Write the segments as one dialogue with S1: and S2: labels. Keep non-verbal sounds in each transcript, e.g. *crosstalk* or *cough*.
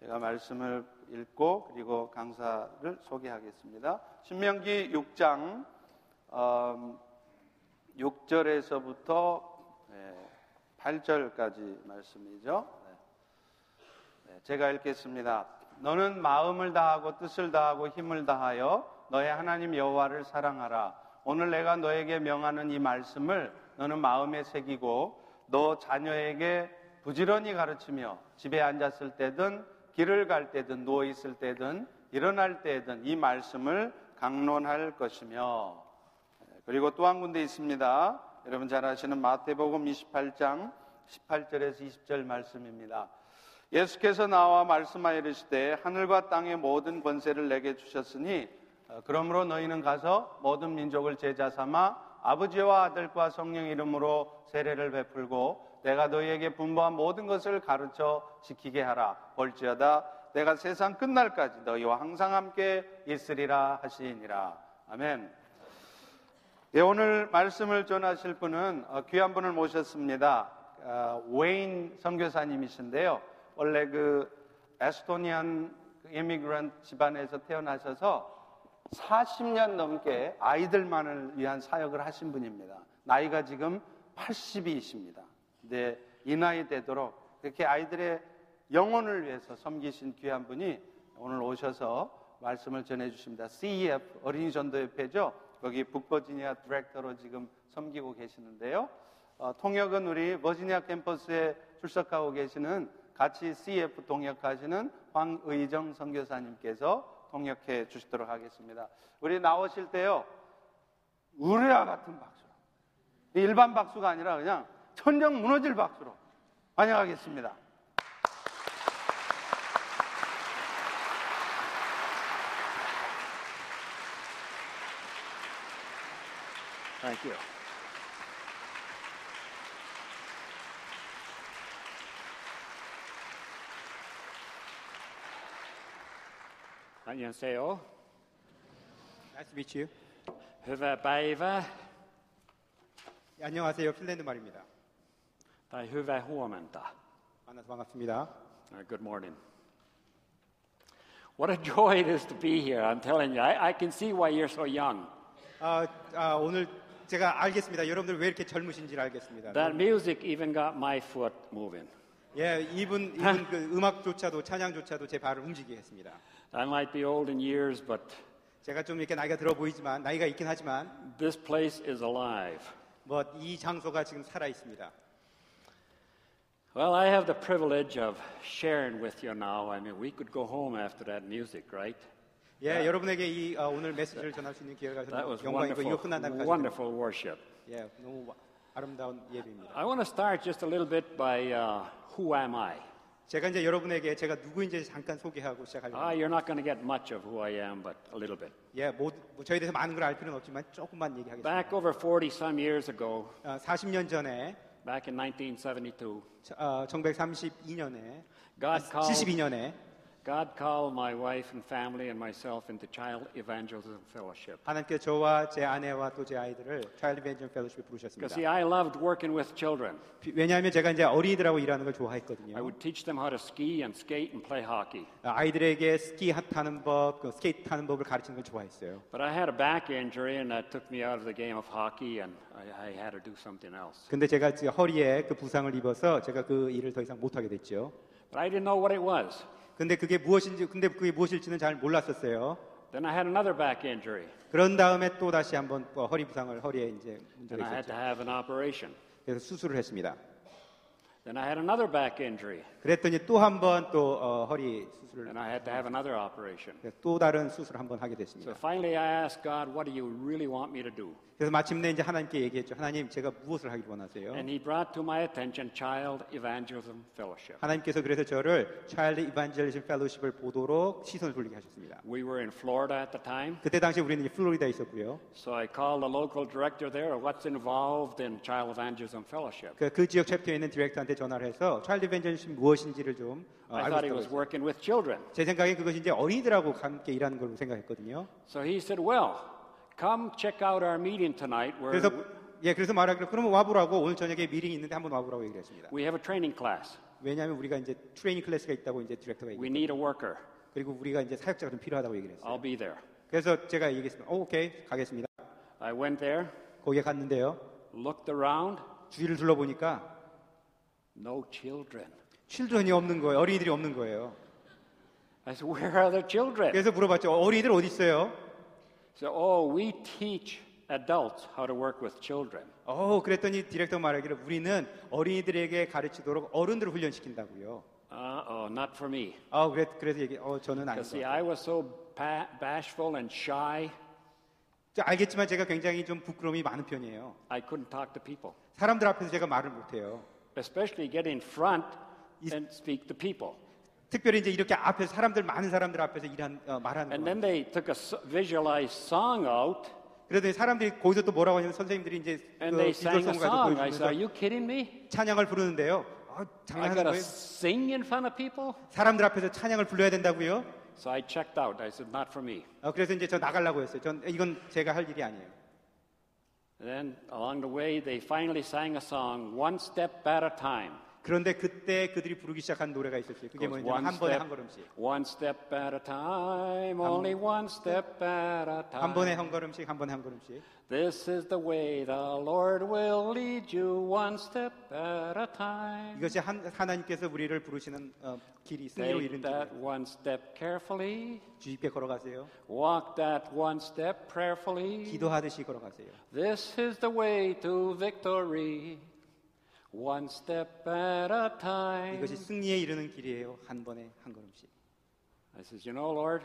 S1: 제가 말씀을 읽고 그리고 강사를 소개하겠습니다. 신명기 6장 음, 6절에서부터 네, 8절까지 말씀이죠. 네, 제가 읽겠습니다. 너는 마음을 다하고 뜻을 다하고 힘을 다하여 너의 하나님 여호와를 사랑하라. 오늘 내가 너에게 명하는 이 말씀을 너는 마음에 새기고 너 자녀에게 부지런히 가르치며 집에 앉았을 때든 길을 갈 때든 누워 있을 때든 일어날 때든 이 말씀을 강론할 것이며 그리고 또 한 군데 있습니다. 여러분 잘 아시는 마태복음 28장 18절에서 20절 말씀입니다. 예수께서 나와 말씀하여 이르시되 하늘과 땅의 모든 권세를 내게 주셨으니 어, 그러므로 너희는 가서 모든 민족을 제자 삼아 아버지와 아들과 성령 이름으로 세례를 베풀고 내가 너희에게 분부한 모든 것을 가르쳐 지키게 하라 벌지어다 내가 세상 끝날까지 너희와 항상 함께 있으리라 하시니라 아멘. 예, 오늘 말씀을 전하실 분은 어, 귀한 분을 모셨습니다. 어, 웨인 선교사님이신데요. 원래 그 에스토니안 이미그런트 집안에서 태어나셔서 40년 넘게 아이들만을 위한 사역을 하신 분입니다. 나이가 지금 80이십니다. 근데 이 나이 되도록 그렇게 아이들의 영혼을 위해서 섬기신 귀한 분이 오늘 오셔서 말씀을 전해주십니다. CEF 어린이 전도협회죠. 거기 북버지니아 디렉터로 지금 섬기고 계시는데요. 어, 통역은 우리 버지니아 캠퍼스에 출석하고 계시는 같이 CF 동역하시는 황의정 선교사님께서 동역해 주시도록 하겠습니다. 우리 나오실 때요, 우레와 같은 박수로. 일반 박수가 아니라 그냥 천정 무너질 박수로 환영하겠습니다.
S2: Thank you. 안녕하세요.
S3: Nice to meet you.
S2: Hyvää päivää
S3: 예, 안녕하세요. 핀란드 말입니다.
S2: tai hyvää huomenta.
S3: 만나서 반갑습니다.
S2: Uh, good morning. What a *laughs* joy it is to be here. I'm telling you, I, I can see why you're so young.
S3: 아, 아, 오늘 제가 알겠습니다. 여러분들 왜 이렇게 젊으신지를 알겠습니다.
S2: That music even got my foot moving.
S3: 예, 이분, 이분 그 음악조차도 찬양조차도 제 발을 움직이게 했습니다.
S2: I might be old in years, but
S3: 제가 좀 이렇게 나이가 들어 보이지만 나이가 있긴 하지만
S2: this place is alive.
S3: 뭐 이 장소가 지금 살아 있습니다.
S2: Well, I have the privilege of sharing with you now. I mean, we could go home after that music, right?
S3: 예, 여러분에게 이 어, 오늘 메시지를 전할 수 있는 기회가
S2: 네. That was
S3: 저는 영광이고 이거
S2: wonderful,
S3: 끝난 다음에 가지고
S2: wonderful worship.
S3: 예, 너무 와- 아름다운 예배입니다.
S2: I want to start just a little bit by uh, who am I?
S3: 제가 이제 여러분에게 제가 누구인지 잠깐 소개하고 시작하려고
S2: Ah,
S3: 합니다.
S2: you're not going to get much of who I am, but a little bit.
S3: 예, 모두, 뭐 저에 대해서 많은 걸 알 필요는 없지만 조금만 얘기하겠습니다.
S2: Back over 40 some years ago,
S3: 어, 40년 전에
S2: back in 1972,
S3: 어, 1932년에
S2: God called,
S3: 72년에
S2: God called my wife and family and myself into Child Evangelism Fellowship.
S3: 하나님께서 저와 제 아내와 또 제 아이들을 Child Evangelism
S2: Because,
S3: Fellowship에 부르셨습니다.
S2: see, I loved working with children.
S3: 비- 왜냐하면 제가 이제 어린이들하고 일하는 걸
S2: I
S3: 좋아했거든요. 어,
S2: would teach them how to ski and skate and play hockey.
S3: 아이들에게 스키 하- 타는 법, 그 스케이트 타는 법을 가르치는 걸 좋아했어요.
S2: But I had a back injury, and that took me out of the game of hockey, and I, I had to do something else.
S3: 근데 제가 지금 허리에 그 부상을 입어서 제가 그 일을 더 이상 못하게 됐죠.
S2: But I didn't know what it was.
S3: 근데 그게 무엇인지, 근데 그게 무엇일지는 잘 몰랐었어요.
S2: Then I had another back injury,
S3: 그런 다음에 또 다시 한번 어, 허리 부상을 허리에 이제
S2: and
S3: 문제가
S2: I had to
S3: 있었죠.
S2: have an operation.
S3: 그래서 수술을 했습니다.
S2: Then I had another back injury,
S3: 그랬더니 또 한 번 또 어, 허리 수술을
S2: and I had to have another operation.
S3: 그래서 또 다른 수술을 한 번 하게
S2: So
S3: 됐습니다.
S2: finally, I asked God, "What do you really want me to do?"
S3: 그래서 마침내 이제 하나님께 얘기했죠. 하나님, 제가 무엇을 하길 원하세요?
S2: And He brought to my attention Child Evangelism Fellowship.
S3: 하나님께서 그래서 저를 차일드 이반젤리즘 펠로십을 보도록 시선을 돌리게 하셨습니다.
S2: We were in Florida at the time,
S3: 그때 당시 우리는 이제 플로리다에 있었고요.
S2: so I called the local director there. What's involved in Child Evangelism Fellowship?
S3: 그, 그 지역 챕터에 있는 디렉터한테 전화를 해서 차일드 이반젤리즘 무엇인지를 좀 어,
S2: Oh, I
S3: 알고
S2: thought
S3: 싶다고
S2: he was
S3: 했어요.
S2: working with children.
S3: 제 생각에 그것이 이제 어린이들하고 함께 일하는 걸로 생각했거든요.
S2: So he said, Well, come check out our meeting tonight. We're,
S3: 그래서 예, 그래서 말하기로 그러면 와보라고 오늘 저녁에 미링이 있는데 한번 와보라고 얘기를 했습니다.
S2: we have a training class.
S3: 왜냐하면 우리가 이제 트레이닝 클래스가 있다고 이제 디렉터가 얘기.
S2: We need a worker.
S3: 그리고 우리가 이제 사역자가 좀 필요하다고 얘기를 했어요.
S2: I'll be there.
S3: 그래서 제가 얘기했습니다. 어, 오케이 가겠습니다.
S2: I went there,
S3: 거기에 갔는데요.
S2: looked around,
S3: 주위를 둘러보니까
S2: no children.
S3: 칠드런이 없는 거예요. 어린이들이 없는 거예요.
S2: I said, Where are the children?
S3: 그래서 물어봤죠. 어린이들 어디 있어요?
S2: So, oh, we teach adults how to work with children.
S3: 어, 그랬더니 디렉터 말하기를 우리는 어린이들에게 가르치도록 어른들을 훈련시킨다고요.
S2: Uh oh, not for me.
S3: 아, 그래, 그래서 얘기, 어, 저는
S2: Because, see,
S3: 아니죠.
S2: I was so ba- bashful and shy,
S3: 알겠지만 제가 굉장히 좀 부끄러움이 많은 편이에요.
S2: I couldn't talk to people,
S3: 사람들 앞에서 제가 말을 못해요.
S2: especially get in front
S3: Is-
S2: and speak to people.
S3: 특별히 이제 이렇게 앞에서 사람들 많은 사람들 앞에서 일한 어, 말하는
S2: And
S3: 거.
S2: then they took a s- visualized song out
S3: 그러더니 사람들이 거기서 또 뭐라고 하냐면 선생님들이 이제
S2: and
S3: 그
S2: they sang a
S3: 비주얼성을
S2: song. I
S3: 가지고
S2: said, Are
S3: 보여주면서
S2: you kidding me?
S3: 찬양을 부르는데요. 아,
S2: I
S3: 장난하는
S2: gotta
S3: 거예요.
S2: sing in front of people?
S3: 사람들 앞에서 찬양을 불러야 된다고요?
S2: So I checked out. I said, Not for me.
S3: 어, 그래서 이제 저 나가려고 했어요. 전 이건 제가 할 일이 아니에요.
S2: And then along the way, they finally sang a song, One Step at a Time.
S3: 그런데 그때 그들이 부르기 시작한 노래가 있었어요. 그게
S2: Goes
S3: 뭐냐면 한 번에 한 걸음씩.
S2: one step at a time, only one step at a time.
S3: 한 번에 한 걸음씩, 한 번에 한 걸음씩.
S2: This is the way the Lord will lead you, one step at a time.
S3: 이것이 한- 하나님께서 우리를 부르시는 어, 길이 승리로
S2: Take
S3: 이른 길.
S2: that one step carefully,
S3: 주님께 걸어가세요.
S2: walk that one step prayerfully.
S3: 기도하듯이 걸어가세요.
S2: This is the way to victory, one step at a time.
S3: 이것이 승리에 이르는 길이에요. 한 번에 한 걸음씩.
S2: I says, You know, Lord,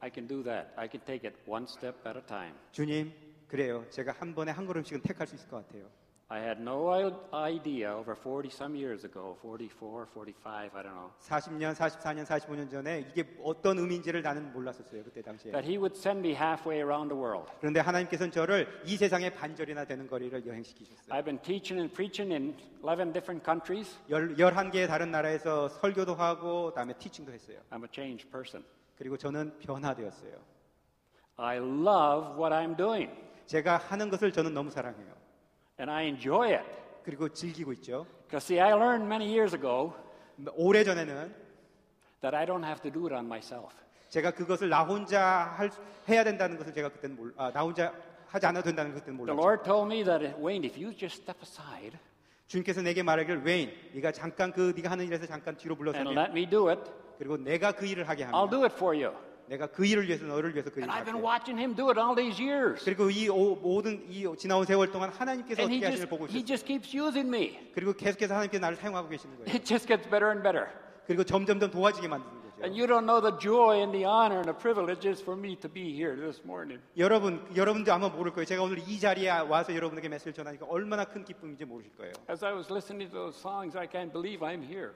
S2: I can do that. I can take it one step at a time.
S3: 주님, 그래요. 제가 한 번에 한 걸음씩은 택할 수 있을 것 같아요.
S2: I had no i- idea over 40 some years ago, 44, 45, I don't know,
S3: 40년, 44년, 45년 전에 이게 어떤 의미인지를 나는 몰랐었어요. 그때 당시에.
S2: that He would send me halfway around the world.
S3: 그런데 하나님께서는 저를 이 세상의 반절이나 되는 거리를 여행시키셨어요.
S2: I've been teaching and preaching in 11 different countries.
S3: 열, 11개의 다른 나라에서 설교도 하고 그다음에 티칭도 했어요.
S2: I'm a changed person.
S3: 그리고 저는 변화되었어요.
S2: I love what I'm doing,
S3: 제가 하는 것을 저는 너무 사랑해요.
S2: and I enjoy it.
S3: 그리고 즐기고 있죠.
S2: Because, see, I learned many years ago
S3: 오래전에는
S2: that I don't have to do it on myself.
S3: 제가 그것을 나 혼자 할, 수- 해야 된다는 것을 제가 그때는 몰, 아, 나 혼자 하지 않아도 된다는 것을 그때는
S2: The
S3: 몰랐죠.
S2: Lord told me that, Wayne, if you just step aside
S3: 주님께서 내게 말하길 웨인, 네가 잠깐 그 네가 하는 일에서 잠깐 뒤로
S2: and
S3: 물러서면
S2: let me do it,
S3: 그리고 내가 그 일을 하게
S2: I'll
S3: 하면
S2: do it for you.
S3: 내가 그 일을 위해서 너를 위해서 그
S2: 아, 네. And I've
S3: 일을 할게.
S2: been watching Him do it all these years.
S3: 그리고 이 오- 모든 이 지나온 세월 동안 하나님께서
S2: And he
S3: 어떻게
S2: just,
S3: 하시는지 보고
S2: he
S3: 있어요.
S2: just keeps using me.
S3: 그리고 계속해서 하나님께서 나를 사용하고 계시는 거예요.
S2: *laughs* It just gets better and better.
S3: 그리고 점점점 도와지게 만드는 거죠.
S2: And you don't know the joy and the honor and the privilege is for me to be here this morning.
S3: 여러분, 여러분도 아마 모를 거예요. 제가 오늘 이 자리에 와서 여러분에게 메시지를 전하니까 얼마나 큰 기쁨인지 모르실 거예요.
S2: As I was listening to those songs, I can't believe I'm here.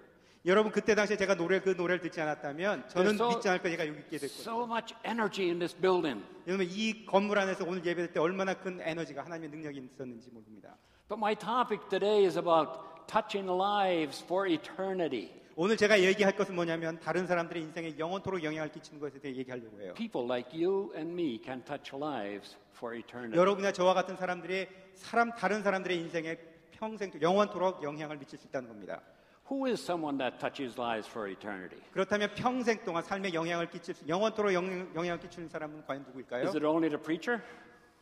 S3: 여러분 그때 당시에 제가 노래 그 노래를 듣지 않았다면 저는
S2: 그래서-
S3: 믿지 않을 거예요. 제가 여기 있게 됐거든요.
S2: So much energy in this building.
S3: 왜냐면 이 건물 안에서 오늘 예배할 때 얼마나 큰 에너지가 하나님의 능력이 있었는지 모릅니다.
S2: But my topic today is about touching lives for eternity.
S3: 오늘 제가 얘기할 것은 뭐냐면 다른 사람들의 인생에 영원토록 영향을 끼치는 것에 대해 얘기하려고 해요.
S2: People like you and me can touch lives for eternity.
S3: 여러분이나 저와 같은 사람들이 사람 다른 사람들의 인생에 평생 영원토록 영향을 미칠 수 있다는 겁니다.
S2: Who is someone that touches lives for eternity?
S3: 그렇다면 평생 동안 삶에 영향을 끼칠 수, 영원토록 영, 영향을 끼치는 사람은 과연 누구일까요?
S2: Is it only the preacher?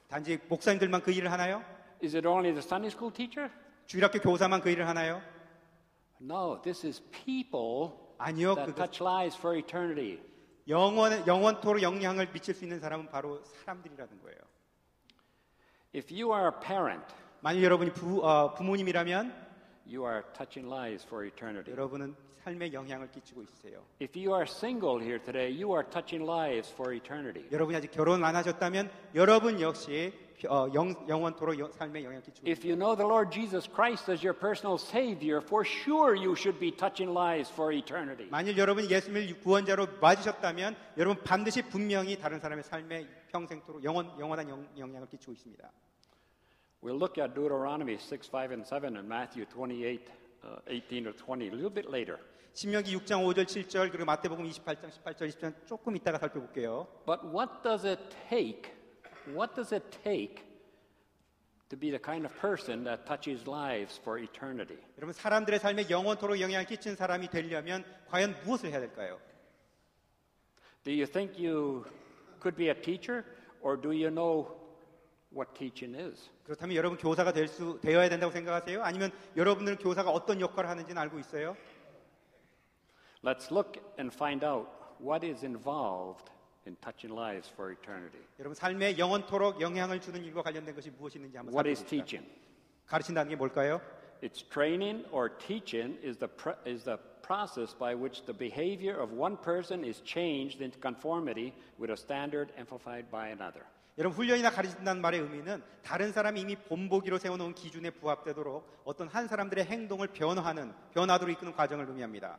S3: 단지 목사님들만 그 일을 하나요?
S2: Is it only the Sunday school teacher?
S3: 주일학교 교사만 그 일을 하나요?
S2: No, this is people
S3: 아니요.
S2: that
S3: 그것,
S2: touch lives for eternity.
S3: 영원 영원토록 영향을 미칠 수 있는 사람은 바로 사람들이라는 거예요.
S2: If you are a parent,
S3: 만약 여러분이 부, 어, 부모님이라면
S2: you are touching lives for eternity.
S3: 여러분은 삶에 영향을 끼치고 있으세요.
S2: If you are single here today, you are touching lives for eternity.
S3: 여러분이 아직 결혼 안 하셨다면 여러분 역시 어, 영, 영원토록 여- 삶에 영향을 끼치고 있어요.
S2: If you know the Lord Jesus Christ as your personal Savior, for sure you should be touching lives for eternity.
S3: 만일 여러분 예수님을 구원자로 맞으셨다면 여러분 반드시 분명히 다른 사람의 삶에 평생토록 영원, 영원한 영, 영향을 끼치고 있습니다.
S2: We'll look at Deuteronomy 6, 5, and 7 and Matthew 28, uh, 18 or 20 a little bit later.
S3: 신명기 6장 5절 7절 그리고 마태복음 28장 18절 20절 조금 이따가 살펴볼게요.
S2: But what does it take? What does it take to be the kind of person that touches lives for eternity.
S3: 여러분 사람들의 삶에 영원토록 영향을 끼친 사람이 되려면 과연 무엇을 해야 될까요?
S2: Do you think you could be a teacher, or do you know what teaching is?
S3: 그렇다면 여러분 교사가 될 수 되어야 된다고 생각하세요? 아니면 여러분들은 교사가 어떤 역할을 하는지는 알고 있어요?
S2: Let's look and find out what is involved in touching lives for eternity.
S3: 여러분 삶에 영원토록 영향을 주는 일과 관련된 것이 무엇이 있는지 한번
S2: What is
S3: 살펴봅시다.
S2: teaching?
S3: 가르친다는 게 뭘까요?
S2: It's training or teaching is the, pr- is the process by which the behavior of one person is changed into conformity with a standard amplified by another.
S3: 여러분 훈련이나 가르친다는 말의 의미는 다른 사람이 이미 본보기로 세워놓은 기준에 부합되도록 어떤 한 사람들의 행동을 변화하는 변화도로 이끄는 과정을 의미합니다.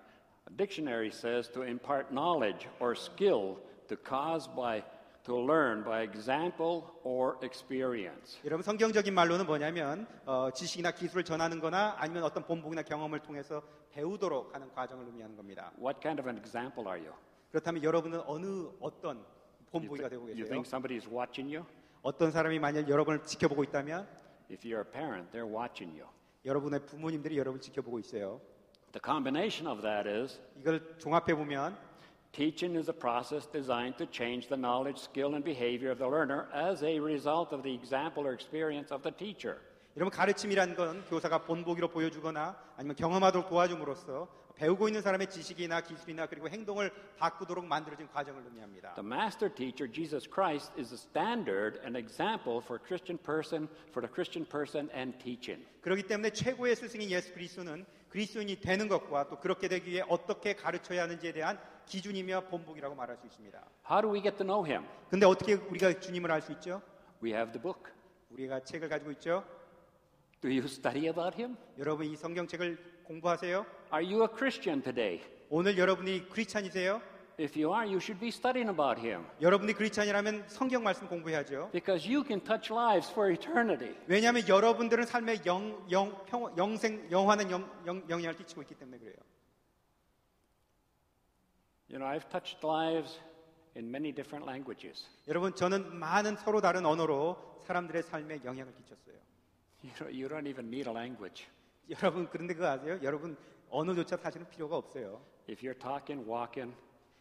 S2: A dictionary says to impart knowledge or skill to cause by to learn by example or experience.
S3: 여러분 성경적인 말로는 뭐냐면 어, 지식이나 기술을 전하는거나 아니면 어떤 본보기나 경험을 통해서 배우도록 하는 과정을 의미하는 겁니다.
S2: What kind of an example are you?
S3: 그렇다면 여러분은 어느 어떤
S2: You,
S3: 본보기가
S2: thi-
S3: 되고
S2: you
S3: 계세요?
S2: think somebody is watching you?
S3: 어떤 사람이 만약 여러분을 지켜보고 있다면
S2: If you're a parent, they're watching you.
S3: 여러분의 부모님들이 여러분을 지켜보고 있어요.
S2: The combination of that is
S3: 이걸 종합해 보면
S2: Teaching is a process designed to change the knowledge, skill, and behavior of the learner as a result of the example or experience of the teacher.
S3: 여러분 가르침이란 건 교사가 본보기로 보여주거나 아니면 경험하도록 도와줌으로써 배우고 있는 사람의 지식이나 기술이나 그리고 행동을 바꾸도록 만들어진 과정을 의미합니다.
S2: The master teacher, Jesus Christ, is a standard and example for Christian person, for the Christian person and teaching.
S3: 그렇기 때문에 최고의 스승인 예수 그리스도는 그리스도인이 되는 것과 또 그렇게 되기 위해 어떻게 가르쳐야 하는지에 대한 기준이며 본보기라고 말할 수 있습니다.
S2: How do we get to know him?
S3: 근데 어떻게 우리가 주님을 알 수 있죠?
S2: We have the book.
S3: 우리가 책을 가지고 있죠.
S2: Do you *laughs* study about him?
S3: 여러분 이 성경책을 공부하세요.
S2: Are you a Christian today?
S3: 오늘 여러분이 크리스찬이세요?
S2: If you are, you should be studying about him
S3: 여러분이 크리스찬이라면 성경 말씀 공부해야죠.
S2: because you can touch lives for eternity.
S3: 왜냐하면 여러분들은 삶에 영, 영, 평, 영생, 영화는 영, 영, 영향을 끼치고 있기 때문에 그래요.
S2: You know, I've touched lives in many different languages.
S3: 여러분 저는 많은 서로 다른 언어로 사람들의 삶에 영향을 끼쳤어요. *laughs*
S2: You don't, you don't even need a language.
S3: 여러분 그런데 그거 아세요? 여러분 언어조차 사실은 필요가 없어요.
S2: If you're talking, walking,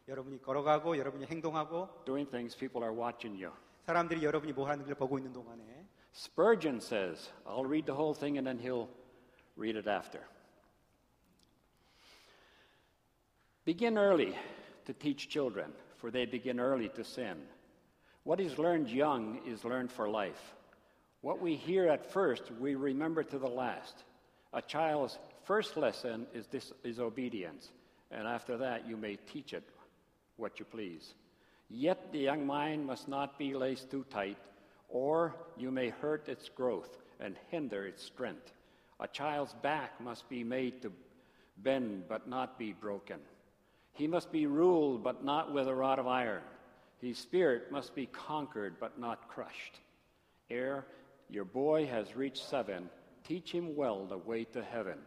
S3: 여러분이 걸어가고 여러분이 행동하고
S2: doing things, people are watching you.
S3: 사람들이 여러분이 뭐 하는지를 보고 있는 동안에
S2: Spurgeon says, I'll read the whole thing and then he'll read it after. Begin early to teach children, for they begin early to sin. What is learned young is learned for life. What we hear at first, we remember to the last. A child's first lesson is, dis- is obedience, and after that, you may teach it what you please. Yet the young mind must not be laced too tight, or you may hurt its growth and hinder its strength. A child's back must be made to bend but not be broken. He must be ruled but not with a rod of iron. His spirit must be conquered but not crushed. Ere your boy has reached seven, teach him well the way to heaven.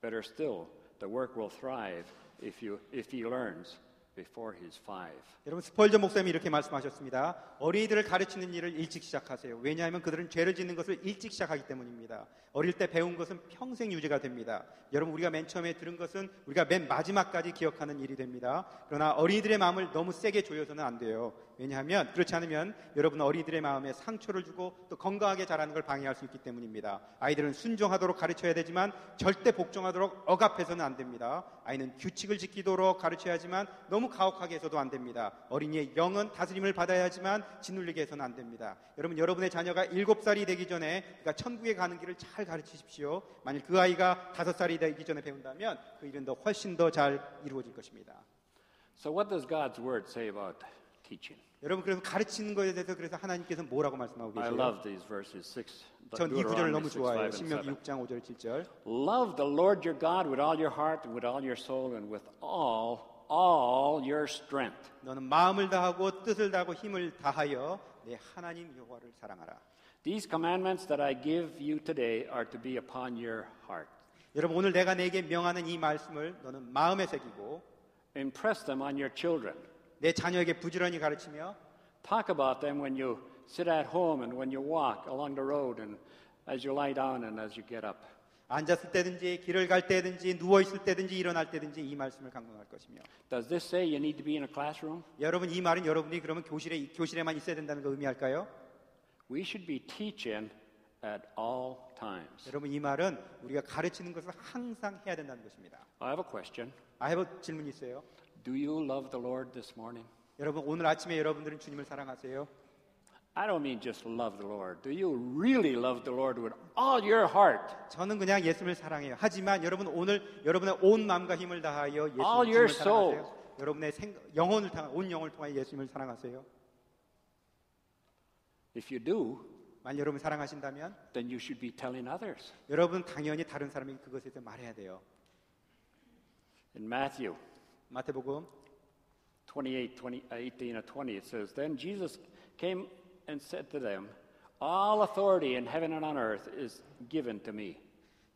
S2: Better still, the work will thrive if, you, if he learns before he's five.
S3: 여러분 스펄전 목사님이 이렇게 말씀하셨습니다. 어린이들을 가르치는 일을 일찍 시작하세요. 왜냐하면 그들은 죄를 짓는 것을 일찍 시작하기 때문입니다. 어릴 때 배운 것은 평생 유지가 됩니다. 여러분 우리가 맨 처음에 들은 것은 우리가 맨 마지막까지 기억하는 일이 됩니다. 그러나 어린이들의 마음을 너무 세게 조여서는 안 돼요. 왜냐하면 그렇지 않으면 여러분 어린이들의 마음에 상처를 주고 또 건강하게 자라는 걸 방해할 수 있기 때문입니다. 아이들은 순종하도록 가르쳐야 되지만 절대 복종하도록 억압해서는 안 됩니다. 아이는 규칙을 지키도록 가르쳐야지만 너무 가혹하게 해서도 안 됩니다. 어린이의 영은 다스림을 받아야지만 짓눌리게 해서는 안 됩니다. 여러분 여러분의 자녀가 7살이 되기 전에 그러니까 천국에 가는 길을 잘 가르치십시오. 만일 그 아이가 5살이 되기 전에 배운다면 그 일은 더 훨씬 더 잘 이루어질 것입니다.
S2: So, what does God's word say about teaching?
S3: 여러분 그래서 가르치는 것에 대해서 그래서 하나님께서 뭐라고 말씀하고
S2: I
S3: 계세요?
S2: love these verses 6.
S3: 전 이 구절을
S2: Deuteronomy
S3: 너무
S2: 6, 5,
S3: 좋아해요.
S2: and
S3: 신명기
S2: 7.
S3: 6장 5절 7절.
S2: Love the Lord your God with all your heart, and with all your soul, and with all, all your strength.
S3: 너는 마음을 다하고 뜻을 다하고 힘을 다하여 내 하나님 여호와를 사랑하라.
S2: These commandments that I give you today are to be upon your heart.
S3: 여러분 오늘 내가 내게 명하는 이 말씀을 너는 마음에 새기고
S2: Impress them on your children.
S3: 내 자녀에게 부지런히 가르치며
S2: Talk about them when you sit at home and when you walk along the road and as you lie down and as you get up.
S3: 앉았을 때든지 길을 갈 때든지 누워 있을 때든지 일어날 때든지 이 말씀을 강론할 것이며
S2: Does this say you need to be in a classroom?
S3: 여러분 이 말은 여러분이 그러면 교실에 교실에만 있어야 된다는 걸 의미할까요?
S2: We should be teaching at all times.
S3: 여러분 이 말은 우리가 가르치는 것을 항상 해야 된다는 것입니다.
S2: I have a question.
S3: 아, 해보 질문 있어요?
S2: Do you love the Lord this morning?
S3: 여러분 오늘 아침에 여러분들은 주님을 사랑하세요?
S2: I don't mean just love the Lord. Do you really love the Lord with all your heart?
S3: 저는 그냥 예수를 사랑해요. 하지만 여러분 오늘 여러분의 온 마음과 힘을 다하여
S2: All
S3: 예수님을
S2: your
S3: 사랑하세요. 여러분의 생, 영혼을 다, 온 영혼을 통하여 예수님을 사랑하세요.
S2: If you do,
S3: 만약 여러분 사랑하신다면
S2: then you should be telling others.
S3: 여러분 당연히 다른 사람이 그것에 대해 말해야 돼요.
S2: In Matthew
S3: 마태복음
S2: 28, 20, uh, 18 or 20, it says, Then Jesus came and said to them, All authority in heaven and on earth is given to me.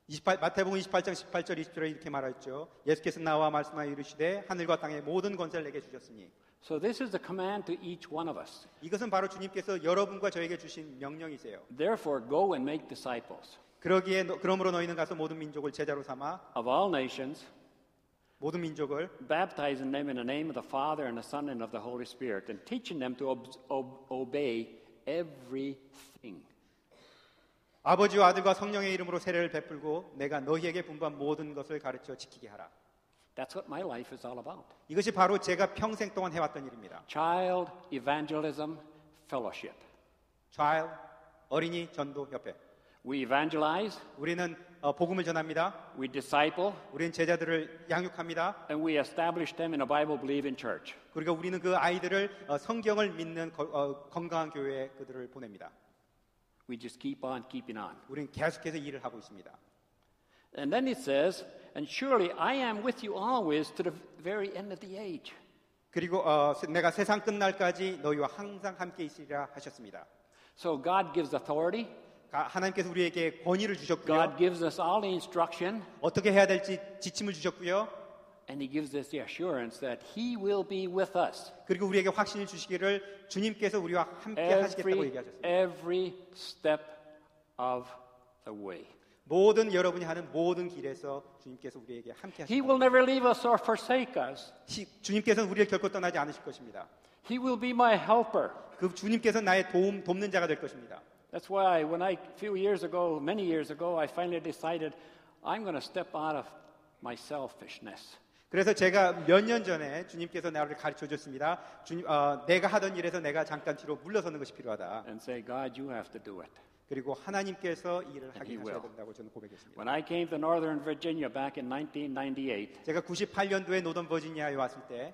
S3: 28, 마태복음 28장 18절 20절에 이렇게 말하였죠. 예수께서 나와 말씀하여 이르시되 하늘과 땅의 모든 권세를 내게 주셨으니
S2: So this is the command to each one of us.
S3: 이것은 바로 주님께서 여러분과 저에게 주신 명령이세요.
S2: Therefore, go and make disciples
S3: 그러기에 너- 그러므로 너희는 가서 모든 민족을 제자로 삼아
S2: of all nations,
S3: 모든 민족을
S2: baptizing them in the name of the Father and the Son and of the Holy Spirit, and teaching them to ob- ob- obey everything.
S3: 아버지와 아들과 성령의 이름으로 세례를 베풀고 내가 너희에게 분부한 모든 것을 가르쳐 지키게 하라.
S2: That's what my life is all about.
S3: 이것이 바로 제가 평생 동안 해왔던 일입니다.
S2: Child evangelism fellowship.
S3: Child 어린이 전도 협회.
S2: We evangelize,
S3: 우리는 어, 복음을 전합니다.
S2: we disciple,
S3: 우리는 제자들을 양육합니다.
S2: and we establish them in a Bible believing church.
S3: 그리고 우리는 그 아이들을 어, 성경을 믿는 거- 어, 건강한 교회에 그들을 보냅니다.
S2: We just keep on keeping on.
S3: 우리는 계속해서 일을 하고 있습니다.
S2: And then it says, And surely I am with you always to the very end of the age.
S3: 그리고 어, 세- 내가 세상 끝날까지 너희와 항상 함께 있으리라 하셨습니다.
S2: So God gives authority,
S3: 가- 하나님께서 우리에게 권위를 주셨고요.
S2: God gives us all the instruction,
S3: 어떻게 해야 될지 지침을 주셨고요.
S2: and He gives us the assurance that He will be with us
S3: 그리고 우리에게 확신을 주시기를 주님께서 우리와 함께 하시겠다고
S2: every,
S3: 얘기하셨습니다.
S2: every step of the way.
S3: 모든 여러분이 하는 모든 길에서 주님께서 우리에게 함께
S2: He
S3: 하십니다.
S2: will never leave us or forsake us.
S3: 시- 주님께서는 우리를 결코 떠나지 않으실 것입니다.
S2: He will be my helper.
S3: 그 주님께서 나의 도움 돕는 자가 될 것입니다.
S2: That's why when I, a few years ago, many years ago, I finally decided I'm going to step out of my selfishness.
S3: 그래서 제가 몇 년 전에 주님께서 나를 가르쳐 줬습니다. 주님, 어, 내가 하던 일에서 내가 잠깐 뒤로 물러서는 것이 필요하다.
S2: and say, God, you have to do it.
S3: 그리고 하나님께서 이 일을 하게
S2: he
S3: 하셔야
S2: will.
S3: 된다고 저는 고백했습니다.
S2: When I came to Northern Virginia back in 1998,
S3: 제가 98년도에 노던 버지니아에 왔을 때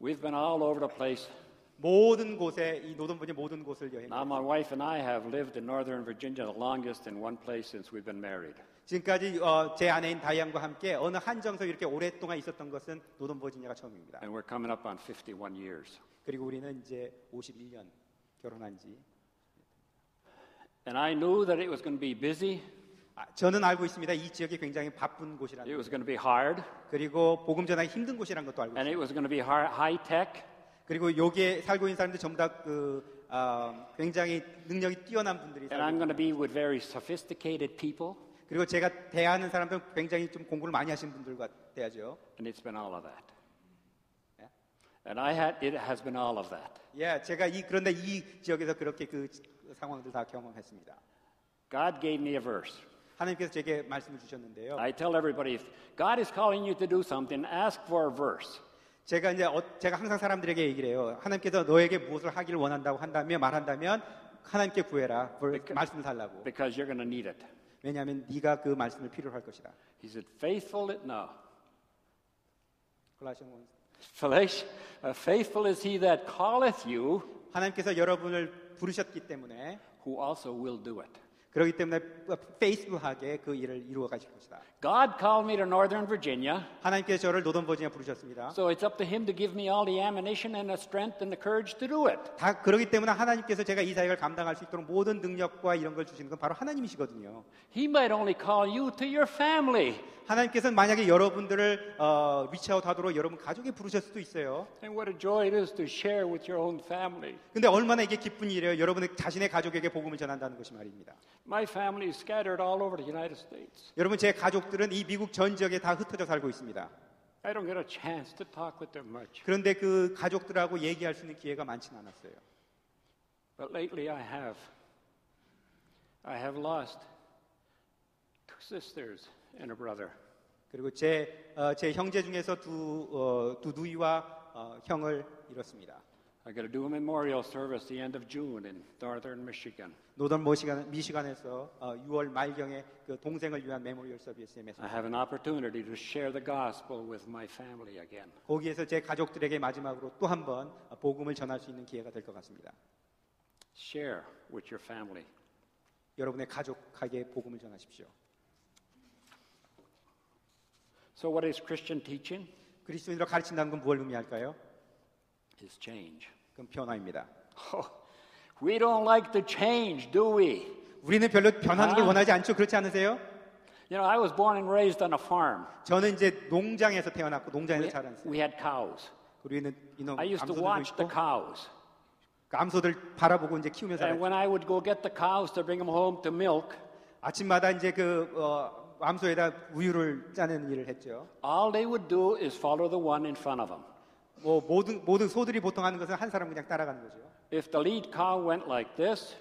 S2: we've been all over the place.
S3: 모든 곳에 이 노던 버지니아 모든 곳을 여행.
S2: Now, my wife and I have lived in Northern Virginia the longest in one place since we've been married.
S3: 지금까지 어, 제 아내인 다이안과 함께 어느 한정서 이렇게 오랫동안 있었던 것은 노던 버지니아가 처음입니다.
S2: And we're coming up on 51 years.
S3: 그리고 우리는 이제 51년 결혼한 지.
S2: And I knew that it was going to be busy,
S3: 아, 저는 알고 있습니다. 이 지역이 굉장히 바쁜
S2: it
S3: 곳이라는 것.
S2: was going to be hard,
S3: 그리고 복음 전하기 힘든 곳이라는 것도 알고
S2: and
S3: 있습니다.
S2: it was going to be hard, high tech.
S3: 그리고 여기에 살고 있는 사람들 전부 다그 아, 굉장히 능력이 뛰어난 분들이
S2: And
S3: 살고
S2: I'm
S3: 있습니다.
S2: going to be with very sophisticated people,
S3: 그리고 제가 대하는 사람들은 굉장히 좀 공부를 많이 하신 분들과 대하죠.
S2: and it's been all of that. And I had, it has been all of that.
S3: 예, 제가 이 그런데 이 지역에서 그렇게 그 상황들 다 경험했습니다.
S2: God gave me a verse.
S3: 하나님께서 제게 말씀을 주셨는데요.
S2: I tell everybody if God is calling you to do something, ask for a verse.
S3: 제가 이제 어- 제가 항상 사람들에게 얘기를 해요. 하나님께서 너에게 무엇을 하기를 원한다고 한다며 말한다면 하나님께 구해라. 뭘 말씀을 달라고.
S2: because you're going to need it.
S3: 왜냐하면 네가 그 말씀을 필요로 할 것이다.
S2: He said, faithful, it, no.
S3: 골라시아 원.
S2: Felish- uh, Faithful is he that calleth you,
S3: 하나님께서 여러분을 부르셨기 때문에
S2: who also will do it.
S3: 그렇기 때문에 페이스하게 그 일을 이루어 가실 것이다.
S2: God called me to Northern Virginia,
S3: 하나님께서 저를 노던 버지니아 부르셨습니다.
S2: so it's up to Him to give me all the ammunition and the strength and the courage to do it.
S3: 다 그렇기 때문에 하나님께서 제가 이 사역을 감당할 수 있도록 모든 능력과 이런 걸 주시는 건 바로 하나님이시거든요.
S2: He might only call you to your family.
S3: 하나님께서는 만약에 여러분들을 어, 리치아웃하도록 여러분 가족이 부르실 수도 있어요.
S2: And what a joy it is to share with your own family.
S3: 근데 얼마나 이게 기쁜 일이에요. 여러분의 자신의 가족에게 복음을 전한다는 것이 말입니다.
S2: My family is scattered all over the United States.
S3: 여러분 제 가족들은 이 미국 전 지역에 다 흩어져 살고 있습니다.
S2: I don't get a chance to talk with them much.
S3: 그런데 그 가족들하고 얘기할 수 있는 기회가 많지는 않았어요.
S2: But lately I have. I have lost two sisters and a brother.
S3: 그리고 제, 어, 제 형제 중에서 두, 어, 두 누이와 어, 형을 잃었습니다.
S2: I got to do a memorial service the end of June in northern Michigan.
S3: 노던 모시간, 미시간에서 어, 6월 말경에 그 동생을 위한 메모리얼 서비스에서
S2: I have an opportunity to share the gospel with my family again.
S3: 거기에서 제 가족들에게 마지막으로 또 한번 어, 복음을 전할 수 있는 기회가 될 것 같습니다.
S2: Share with your family.
S3: 여러분의 가족에게 복음을 전하십시오.
S2: So, what is Christian teaching?
S3: 그리스도인으로 가르친다는 건 무엇을 의미할까요?
S2: Is change. *laughs*
S3: 그건 변화입니다.
S2: Oh, we don't like to change, do we?
S3: 우리는 별로 변하는 걸
S2: 아.
S3: 원하지 않죠. 그렇지 않으세요?
S2: You know, I was born and raised on a farm.
S3: 저는 이제 농장에서 태어났고 농장에서
S2: We,
S3: 자랐어요. 그
S2: we had cows.
S3: 우리는 이놈
S2: I used to
S3: 암소들도
S2: watch the
S3: 있고
S2: cows.
S3: 그 암소들 바라보고 이제 키우면서
S2: And
S3: 살았죠.
S2: when I would go get the cows to bring them home to milk,
S3: 아침마다 이제 그 어, 암소에다 우유를 짜내는 일을 했죠.
S2: all they would do is follow the one in front of them.
S3: 뭐 모든 모든 소들이 보통 하는 것은 한 사람 그냥 따라가는 거죠.
S2: If the lead cow went like this,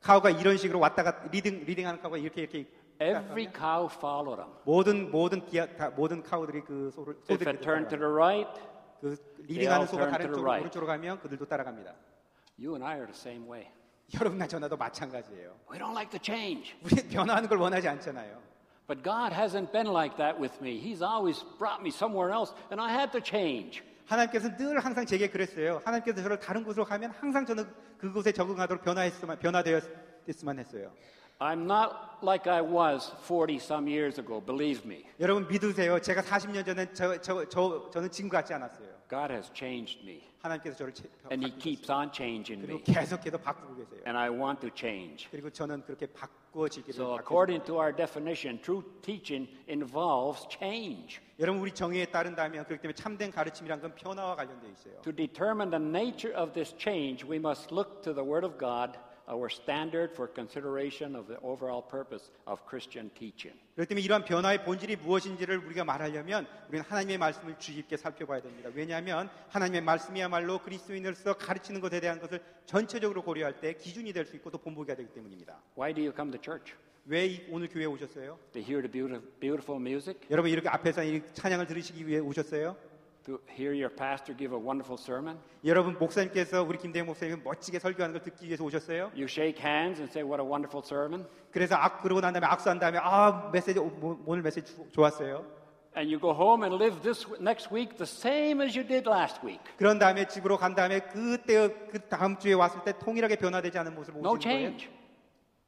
S3: 카우가 이런 식으로 왔다 갔다 리딩 리딩하는 카우가 이렇게 이렇게
S2: *laughs* every
S3: 따라가면
S2: cow followed him.
S3: 모든 모든 기아, 다, 모든 카우들이 그 소를
S2: If
S3: 소들이
S2: it turned to
S3: 따라가요.
S2: the right,
S3: 그
S2: They all
S3: 리딩하는 소가
S2: turn to
S3: 다른
S2: the
S3: 쪽으로
S2: right.
S3: 오른쪽으로 가면 그들도 따라갑니다. *laughs*
S2: you and I are the same way.
S3: 여러분나 저나도 마찬가지예요.
S2: We don't like to change.
S3: 우리 변화하는 걸 원하지 않잖아요.
S2: But God hasn't been like that with me. He's always brought me somewhere else, and I had to change.
S3: 하나님께서 늘 항상 제게 그랬어요. 하나님께서 저를 다른 곳으로 가면 항상 저는 그곳에 적응하도록 변화했으면 변화되었으면 했어요.
S2: I'm not like I was 40 some years ago, believe me.
S3: 여러분 믿으세요. 제가 40년 전에 저, 저, 저, 저는 지금 같지 않았어요.
S2: God has changed me,
S3: 하나님께서 저를 제,
S2: and He
S3: 바꾸셨어요.
S2: keeps on changing
S3: 그리고
S2: me,
S3: 계속해서 바꾸고 계세요.
S2: and I want to change.
S3: 그리고 저는 그렇게 바꿔지기를
S2: So,
S3: 바라겠습니다.
S2: according to our definition, true teaching involves change.
S3: 여러분 우리 정의에 따른다면 그렇기 때문에 참된 가르침이란 건 변화와 관련되어 있어요.
S2: To determine the nature of this change, we must look to the Word of God, our standard for consideration of the overall purpose of Christian teaching.
S3: 그렇기 때문에 이러한 변화의 본질이 무엇인지를 우리가 말하려면 우리는 하나님의 말씀을 주의 깊게 살펴봐야 됩니다. 왜냐하면 하나님의 말씀이야말로 그리스도인으로서 가르치는 것에 대한 것을 전체적으로 고려할 때 기준이 될 수 있고 또 본보기가 되기 때문입니다.
S2: Why do you come to church?
S3: 왜 이- 오늘 교회에 오셨어요?
S2: To hear the beauti- beautiful music?
S3: 여러분 이렇게 앞에서 이 찬양을 들으시기 위해 오셨어요?
S2: To hear your pastor give a wonderful sermon?
S3: 여러분 목사님께서 우리 김대영 목사님 멋지게 설교하는 걸 듣기 위해서 오셨어요?
S2: You shake hands and say, What a wonderful sermon?
S3: 그래서 악 그러고 난 다음에 악수한 다음에 아 메시지 오- 오- 오늘 메시지 주- 좋았어요.
S2: And you go home and live this next week the same as you did last week.
S3: 그런 다음에 집으로 간 다음에 그때 그 다음 주에 왔을 때 동일하게 변화되지 않은 모습을 보시는
S2: No
S3: 거예요.
S2: change.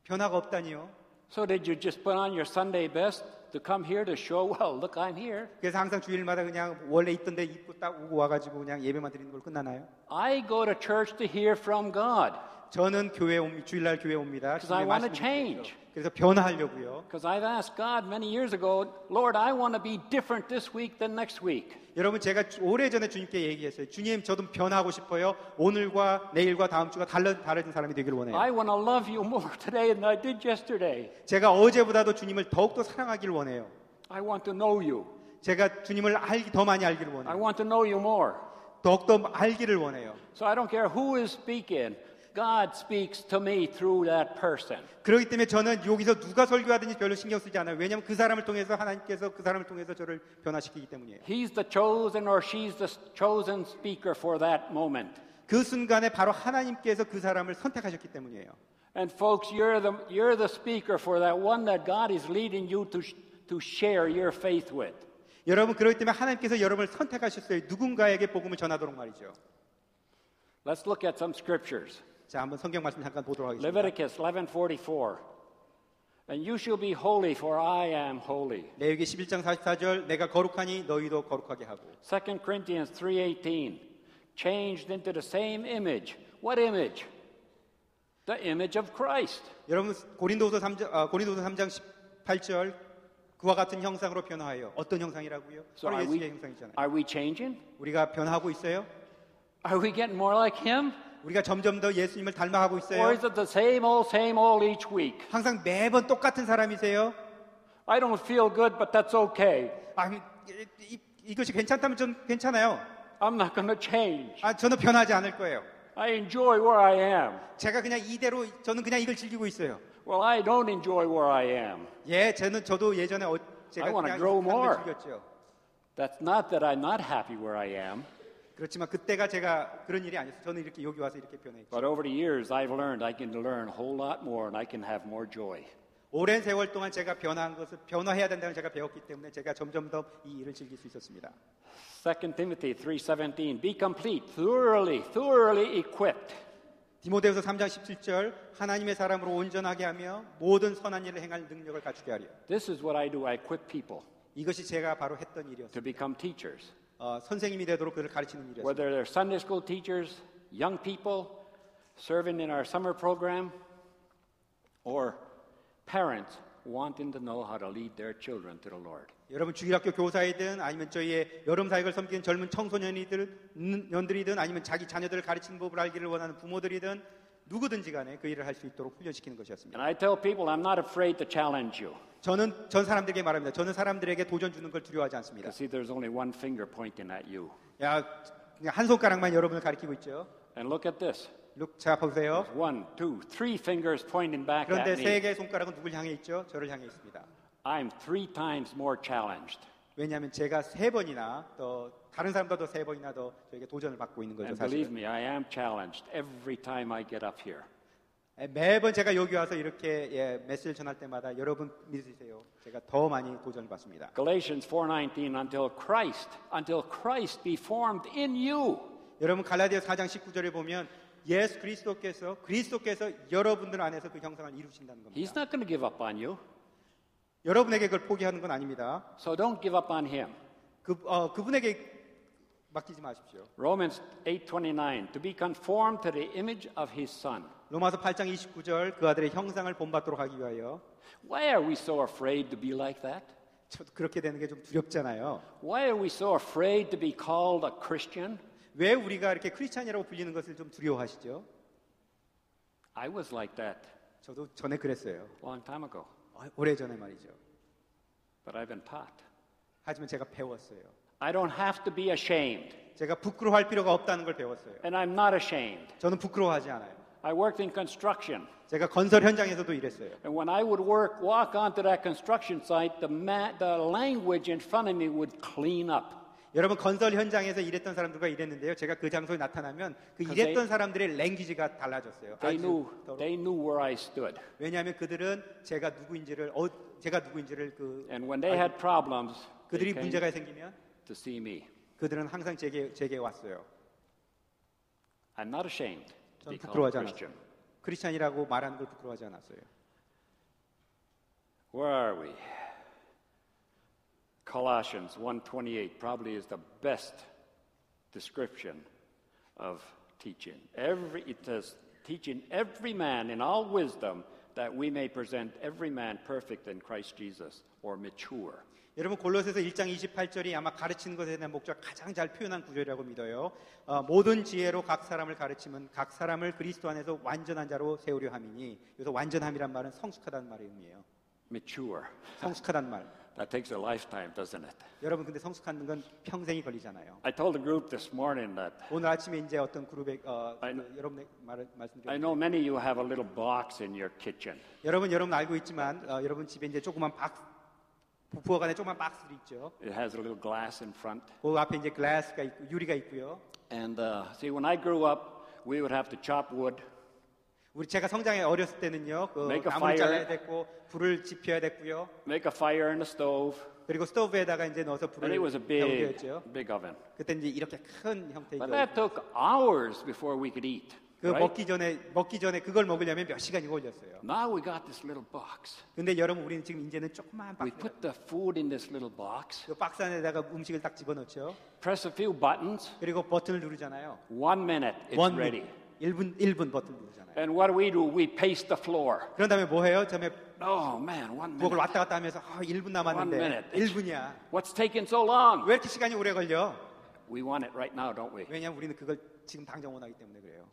S3: 변화가 없다니요.
S2: So did you just put on your Sunday best to come here to show, *laughs* well, look, I'm here?
S3: 그래서 항상 주일마다 그냥 원래 있던 데 입고 딱 오고 와가지고 그냥 예배만 드리는 걸 끝나나요?
S2: I go to church to hear from God
S3: 저는 교회 옵 주일날 교회 옵니다.
S2: Because I
S3: 주님의
S2: wanna
S3: 말씀을
S2: change.
S3: 듣기 위해서. 그래서 변화하려고요.
S2: because I've asked God many years ago, Lord, I want to be different this week than next week.
S3: 여러분 제가 오래 전에 주님께 얘기했어요. 주님 저도 변화하고 싶어요. 오늘과 내일과 다음 주가 달라, 다른 사람이 되기를 원해요.
S2: I want to love you *laughs* more today than I did yesterday.
S3: 제가 어제보다도 주님을 더욱더 사랑하길 원해요.
S2: I want to know you.
S3: 제가 주님을 알기 더 많이 알기를
S2: I
S3: 원해요.
S2: want to know you more.
S3: 더욱더 알기를 원해요.
S2: So I don't care who is speaking, God speaks to me through that person.
S3: 그렇기 때문에 저는 여기서 누가 설교하든지 별로 신경 쓰지 않아요. 왜냐하면 그 사람을 통해서 하나님께서 그 사람을 통해서 저를 변화시키기 때문이에요.
S2: He's the chosen or she's the chosen speaker for that moment.
S3: 그 순간에 바로 하나님께서 그 사람을 선택하셨기 때문이에요.
S2: And folks, you're the, you're the speaker for that one that God is leading you to, sh- to share your faith with.
S3: 여러분 그렇기 때문에 하나님께서 여러분을 선택하셨어요. 누군가에게 복음을 전하도록 말이죠.
S2: Let's look at some scriptures.
S3: 자, 한번 성경 말씀 잠깐 보도록 하겠습니다.
S2: Leviticus 11:44. And you shall be holy, for I am holy.
S3: 레위기 11장 44절 내가 거룩하니 너희도 거룩하게 하고
S2: 2 Corinthians 3:18 changed into the same image. What image? The image of Christ.
S3: 여러분 고린도후서 3장 아, 고린도후서 3장 18절 그와 같은 형상으로 변화하여 어떤 형상이라고요?
S2: So
S3: 바로
S2: are
S3: 예수의
S2: we,
S3: 형상이잖아요.
S2: are we changing?
S3: 우리가 변하고 있어요?
S2: Are we getting more like him?
S3: 우리가 점점 더 예수님을 닮아가고
S2: Or
S3: 있어요?
S2: is it the same old, same old each week?
S3: 항상 매번 똑같은 사람이세요?
S2: I don't feel good, but that's okay.
S3: 아, 이- 이, 이것이 괜찮다면 좀 괜찮아요.
S2: I'm not going to change.
S3: 아, 저는 변하지 않을 거예요.
S2: I enjoy where I am.
S3: 제가 그냥 이대로 저는 그냥 이걸 즐기고 있어요.
S2: Well, I don't enjoy where I am.
S3: 예, 저는 저도 예전에 어, 제가
S2: I wanna
S3: 그냥
S2: grow
S3: 사는 걸
S2: more.
S3: 즐겼죠.
S2: That's not that I'm not happy where I am,
S3: 그렇지만 그때가 제가 그런 일이 아니었어요. 저는 이렇게 여기 와서 이렇게 변했죠.
S2: but over the years I've learned I can learn a whole lot more and I can have more joy.
S3: 오랜 세월 동안 제가 변한 것을 변화해야 된다는 제가 배웠기 때문에 제가 점점 더 이 일을 즐길 수 있었습니다.
S2: 2 Timothy 3:17 Be complete, thoroughly, thoroughly equipped.
S3: 디모데후서 3장 17절 하나님의 사람으로 온전하게 하며 모든 선한 일을 행할 능력을 갖추게 하려.
S2: This is what I do. I equip people
S3: 이것이 제가 바로 했던 일이었어요.
S2: to become teachers,
S3: 어, 선생님이 되도록 그를 가르치는 일이었어요.
S2: whether they're Sunday school teachers, young people serving in our summer program, or parents wanting to know how to lead their children to the Lord.
S3: 여러분 주일학교 교사이든 아니면 저희의 여름 사역을 섬기는 젊은 청소년이든 년들이든 아니면 자기 자녀들을 가르치는 법을 알기를 원하는 부모들이든 누구든지 간에 그 일을 할 수 있도록 훈련시키는 것이었습니다.
S2: And I tell people I'm not afraid to challenge you.
S3: 저는 전 사람들에게 말합니다. 저는 사람들에게 도전 주는 걸 두려워하지 않습니다.
S2: Because see, there's only one finger pointing at you.
S3: 야, 그냥 한 손가락만 여러분을 가리키고 있죠.
S2: And look at this.
S3: 룩, 자 보세요.
S2: One, two, three fingers pointing back
S3: 그런데
S2: at
S3: 세
S2: me.
S3: 개의 손가락은 누굴 향해 있죠? 저를 향해 있습니다.
S2: I'm three times more challenged.
S3: 왜냐하면 제가 세 번이나 더 다른 사람보다 더 세 번이나 더 저에게 도전을 받고 있는 거죠.
S2: And believe
S3: 사실.
S2: me, I am challenged every time I get up here.
S3: 예, 매번 제가 여기 와서 이렇게 예, 메시지를 전할 때마다 여러분 믿으세요. 제가 더 많이 도전을 받습니다.
S2: Galatians 4:19 until Christ, until Christ be formed in you.
S3: 여러분 갈라디아 4장 19절에 보면 예수 그리스도께서 그리스도께서 여러분들 안에서 그 형상을 이루신다는 겁니다.
S2: He's not going to give up on you.
S3: 여러분에게 그걸 포기하는 건 아닙니다.
S2: So don't give up on him.
S3: 그, 어, 그분에게 맡기지 마십시오.
S2: Romans 8:29 to be conformed to the image of his son.
S3: 로마서 8장 29절 그 아들의 형상을 본받도록 하기 위하여
S2: Why are we so afraid to be like that?
S3: 저도 그렇게 되는 게 좀 두렵잖아요.
S2: Why are we so afraid to be called a Christian?
S3: 왜 우리가 이렇게 크리스찬이라고 불리는 것을 좀 두려워하시죠?
S2: I was like that
S3: 저도 전에 그랬어요. 아,
S2: a long time ago,
S3: 오래전에 말이죠.
S2: but I've been taught.
S3: 하지만 제가 배웠어요.
S2: I don't have to be ashamed,
S3: 제가 부끄러워할 필요가 없다는 걸 배웠어요.
S2: and I'm not ashamed.
S3: 저는 부끄러워하지 않아요.
S2: I worked in construction,
S3: 제가 건설 현장에서도 일했어요.
S2: and when I would work, walk onto that construction site, the, ma- the language in front of me would clean up.
S3: 여러분 건설 현장에서 일했던 사람들과 일했는데요. 제가 그 장소에 나타나면 그 일했던 사람들의 랭귀지가 달라졌어요.
S2: They
S3: 아주
S2: knew,
S3: 더러-
S2: they knew where I stood,
S3: 왜냐하면 그들은 제가 누구인지를 어, 제가 누구인지를 그
S2: and when they had problems, they
S3: 그들이
S2: came
S3: 문제가 생기면
S2: to see me.
S3: 그들은 항상 제게 제게 왔어요.
S2: I'm not ashamed to
S3: 저는
S2: be called
S3: 부끄러워하지
S2: a Christian.
S3: 않았어요. 크리스찬이라고 말하는 걸 부끄러워하지 않았어요.
S2: Where are we? Colossians 1:28 probably is the best description of teaching. Every it says teaching every man in all wisdom that we may present every man perfect in Christ Jesus or mature.
S3: 여러분 골로새서 1장 28절이 아마 가르치는 것에 대한 목적 가장 잘 표현한 구절이라고 믿어요. 어, 모든 지혜로 각 사람을 가르치면 각 사람을 그리스도 안에서 완전한 자로 세우려 함이니 여기서 완전함이란 말은 성숙하다는 말의 의미예요.
S2: Mature.
S3: 성숙하단 말.
S2: That takes a lifetime, doesn't it?
S3: 여러분 근데 성숙하는 건 평생이 걸리잖아요.
S2: I told the group this morning that
S3: 오늘 아침에 이제 어떤 그룹에 어,
S2: 아니.
S3: 여러분 말을 말씀드렸
S2: I know many of you have a little box in your kitchen.
S3: 여러분 여러분 알고 있지만 어, 여러분 집에 이제 조그만 박스 부엌 안에 조그만 박스도 있죠.
S2: It has a little glass in front.
S3: 그 앞에 이제 글라스가 있고 유리가 있고요.
S2: And uh, see, when I grew up, we would have to chop wood
S3: 우리 제가 성장해 어렸을 때는요. 그
S2: Make a
S3: 나무를
S2: fire.
S3: 잘라야 됐고 불을 지펴야 됐고요.
S2: make a fire in the stove,
S3: 그리고 스토브에다가 이제 넣어서 불을
S2: and it was a
S3: 웠
S2: big,
S3: 죠
S2: big oven.
S3: 그때 이제 이렇게 큰 형태의
S2: But
S3: 요
S2: that took hours before we could eat.
S3: 그
S2: Right?
S3: 먹기 전에 먹기 전에 그걸 먹으려면 몇 시간이 걸렸어요.
S2: Now we got this little box.
S3: 근데 여러분 우리는 지금 이제는 조그만
S2: We
S3: 박스
S2: put the food in this little box,
S3: 그 박스 안에다가 음식을 딱 집어넣죠.
S2: press a few buttons,
S3: 그리고 버튼을 누르잖아요.
S2: one minute, it's
S3: 원
S2: ready.
S3: 1분 1분 버튼 누르잖아요.
S2: And what do we do? We pace the floor.
S3: 그런 다음에 뭐 해요? 처음에
S2: Oh man, one
S3: 부엌을
S2: minute.
S3: 왔다 갔다 하면서 아,
S2: One
S3: 1분 남았는데
S2: minute.
S3: 1분이야.
S2: What's taking so long?
S3: 왜 이렇게 시간이 오래 걸려?
S2: We want it right now, don't we?
S3: 왜냐면 우리는 그걸 지금 당장 원하기 때문에 그래요.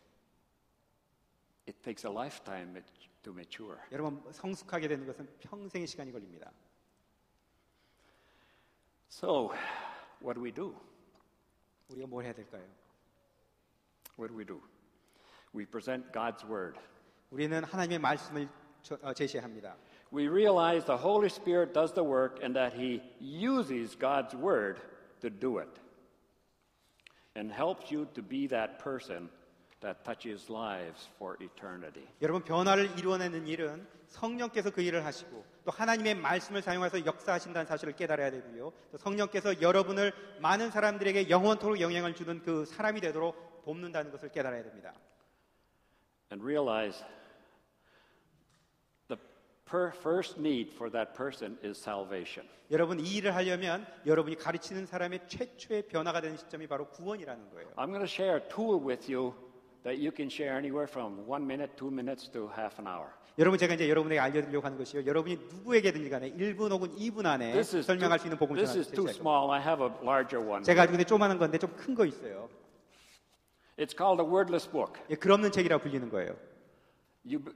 S2: It takes a lifetime mat- to mature.
S3: 여러분 성숙하게 되는 것은 평생의 시간이 걸립니다.
S2: So, what do we do?
S3: 우리가 뭘 해야 될까요?
S2: What do we do? We present God's word.
S3: 우리는 하나님의 말씀을 저- 어, 제시합니다.
S2: We realize the Holy Spirit does the work and that He uses God's word to do it and helps you to be that person that touches lives for eternity.
S3: 여러분 변화를 이루어내는 일은 성령께서 그 일을 하시고 또 하나님의 말씀을 사용해서 역사하신다는 사실을 깨달아야 되고요. 또 성령께서 여러분을 많은 사람들에게 영원토록 영향을 주는 그 사람이 되도록 돕는다는 것을 깨달아야 됩니다.
S2: and realize the per- first need for that person is salvation.
S3: 여러분 이 일을 하려면 여러분이 가르치는 사람의 최초의 변화가 되는 시점이 바로 구원이라는 거예요.
S2: I'm going to share a tool with you that you can share anywhere from one minute, two minutes to half an hour.
S3: 여러분 제가 이제 여러분에게 알려드리려고 하는 것이요. 여러분이 누구에게든지 간에 1분 혹은 2분 안에
S2: This is too,
S3: 설명할 수 있는 복음을
S2: this is too
S3: 전하세요.
S2: small. I have a larger one.
S3: 제가 가지고 있는 조그마한 건데 좀 큰 거 있어요.
S2: It's called a wordless book.
S3: 예, 글 없는 책이라고 불리는 거예요.
S2: You, b-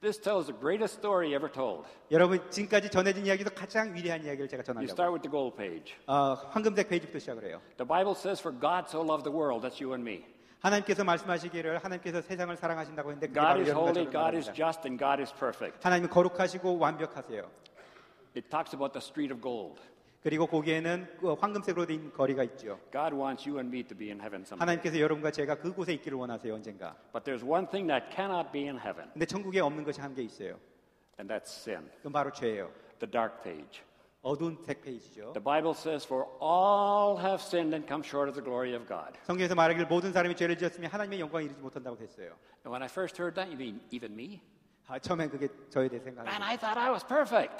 S2: this tells the greatest story ever told.
S3: 여러분 지금까지 전해진 이야기도 가장 위대한 이야기를 제가
S2: You
S3: 전하려고
S2: start with the gold page.
S3: 어, 황금색 페이지부터 시작을 해요.
S2: The Bible says, "For God so loved the world." That's you and me.
S3: 하나님께서 말씀하시기를 하나님께서 세상을 사랑하신다고 했는데 그게
S2: God
S3: 바로
S2: is
S3: 여러분과
S2: holy,
S3: 저를
S2: God is
S3: 말합니다.
S2: just, and God is perfect.
S3: 하나님은 거룩하시고 완벽하세요.
S2: It talks about the street of gold.
S3: 그리고 거기에는 그 황금색으로 된 거리가 있죠.
S2: God wants you and me to be in heaven someday.
S3: 하나님께서 여러분과 제가 그곳에 있기를 원하세요 언젠가.
S2: But there's one thing that cannot be in heaven,
S3: 근데 천국에 없는 것이 한 개 있어요.
S2: and that's sin,
S3: 그건 바로 죄예요.
S2: the dark page.
S3: 어두운 색 페이지죠.
S2: The Bible says, For all have sinned and come short of the glory of God.
S3: 성경에서 말하기를 모든 사람이 죄를 지었으며 하나님의 영광을 이루지 못한다고 했어요.
S2: And when I first heard that, you mean even me?
S3: 아, 처음엔 그게 저에 대해
S2: Man,
S3: 생각했어요.
S2: I thought I was perfect.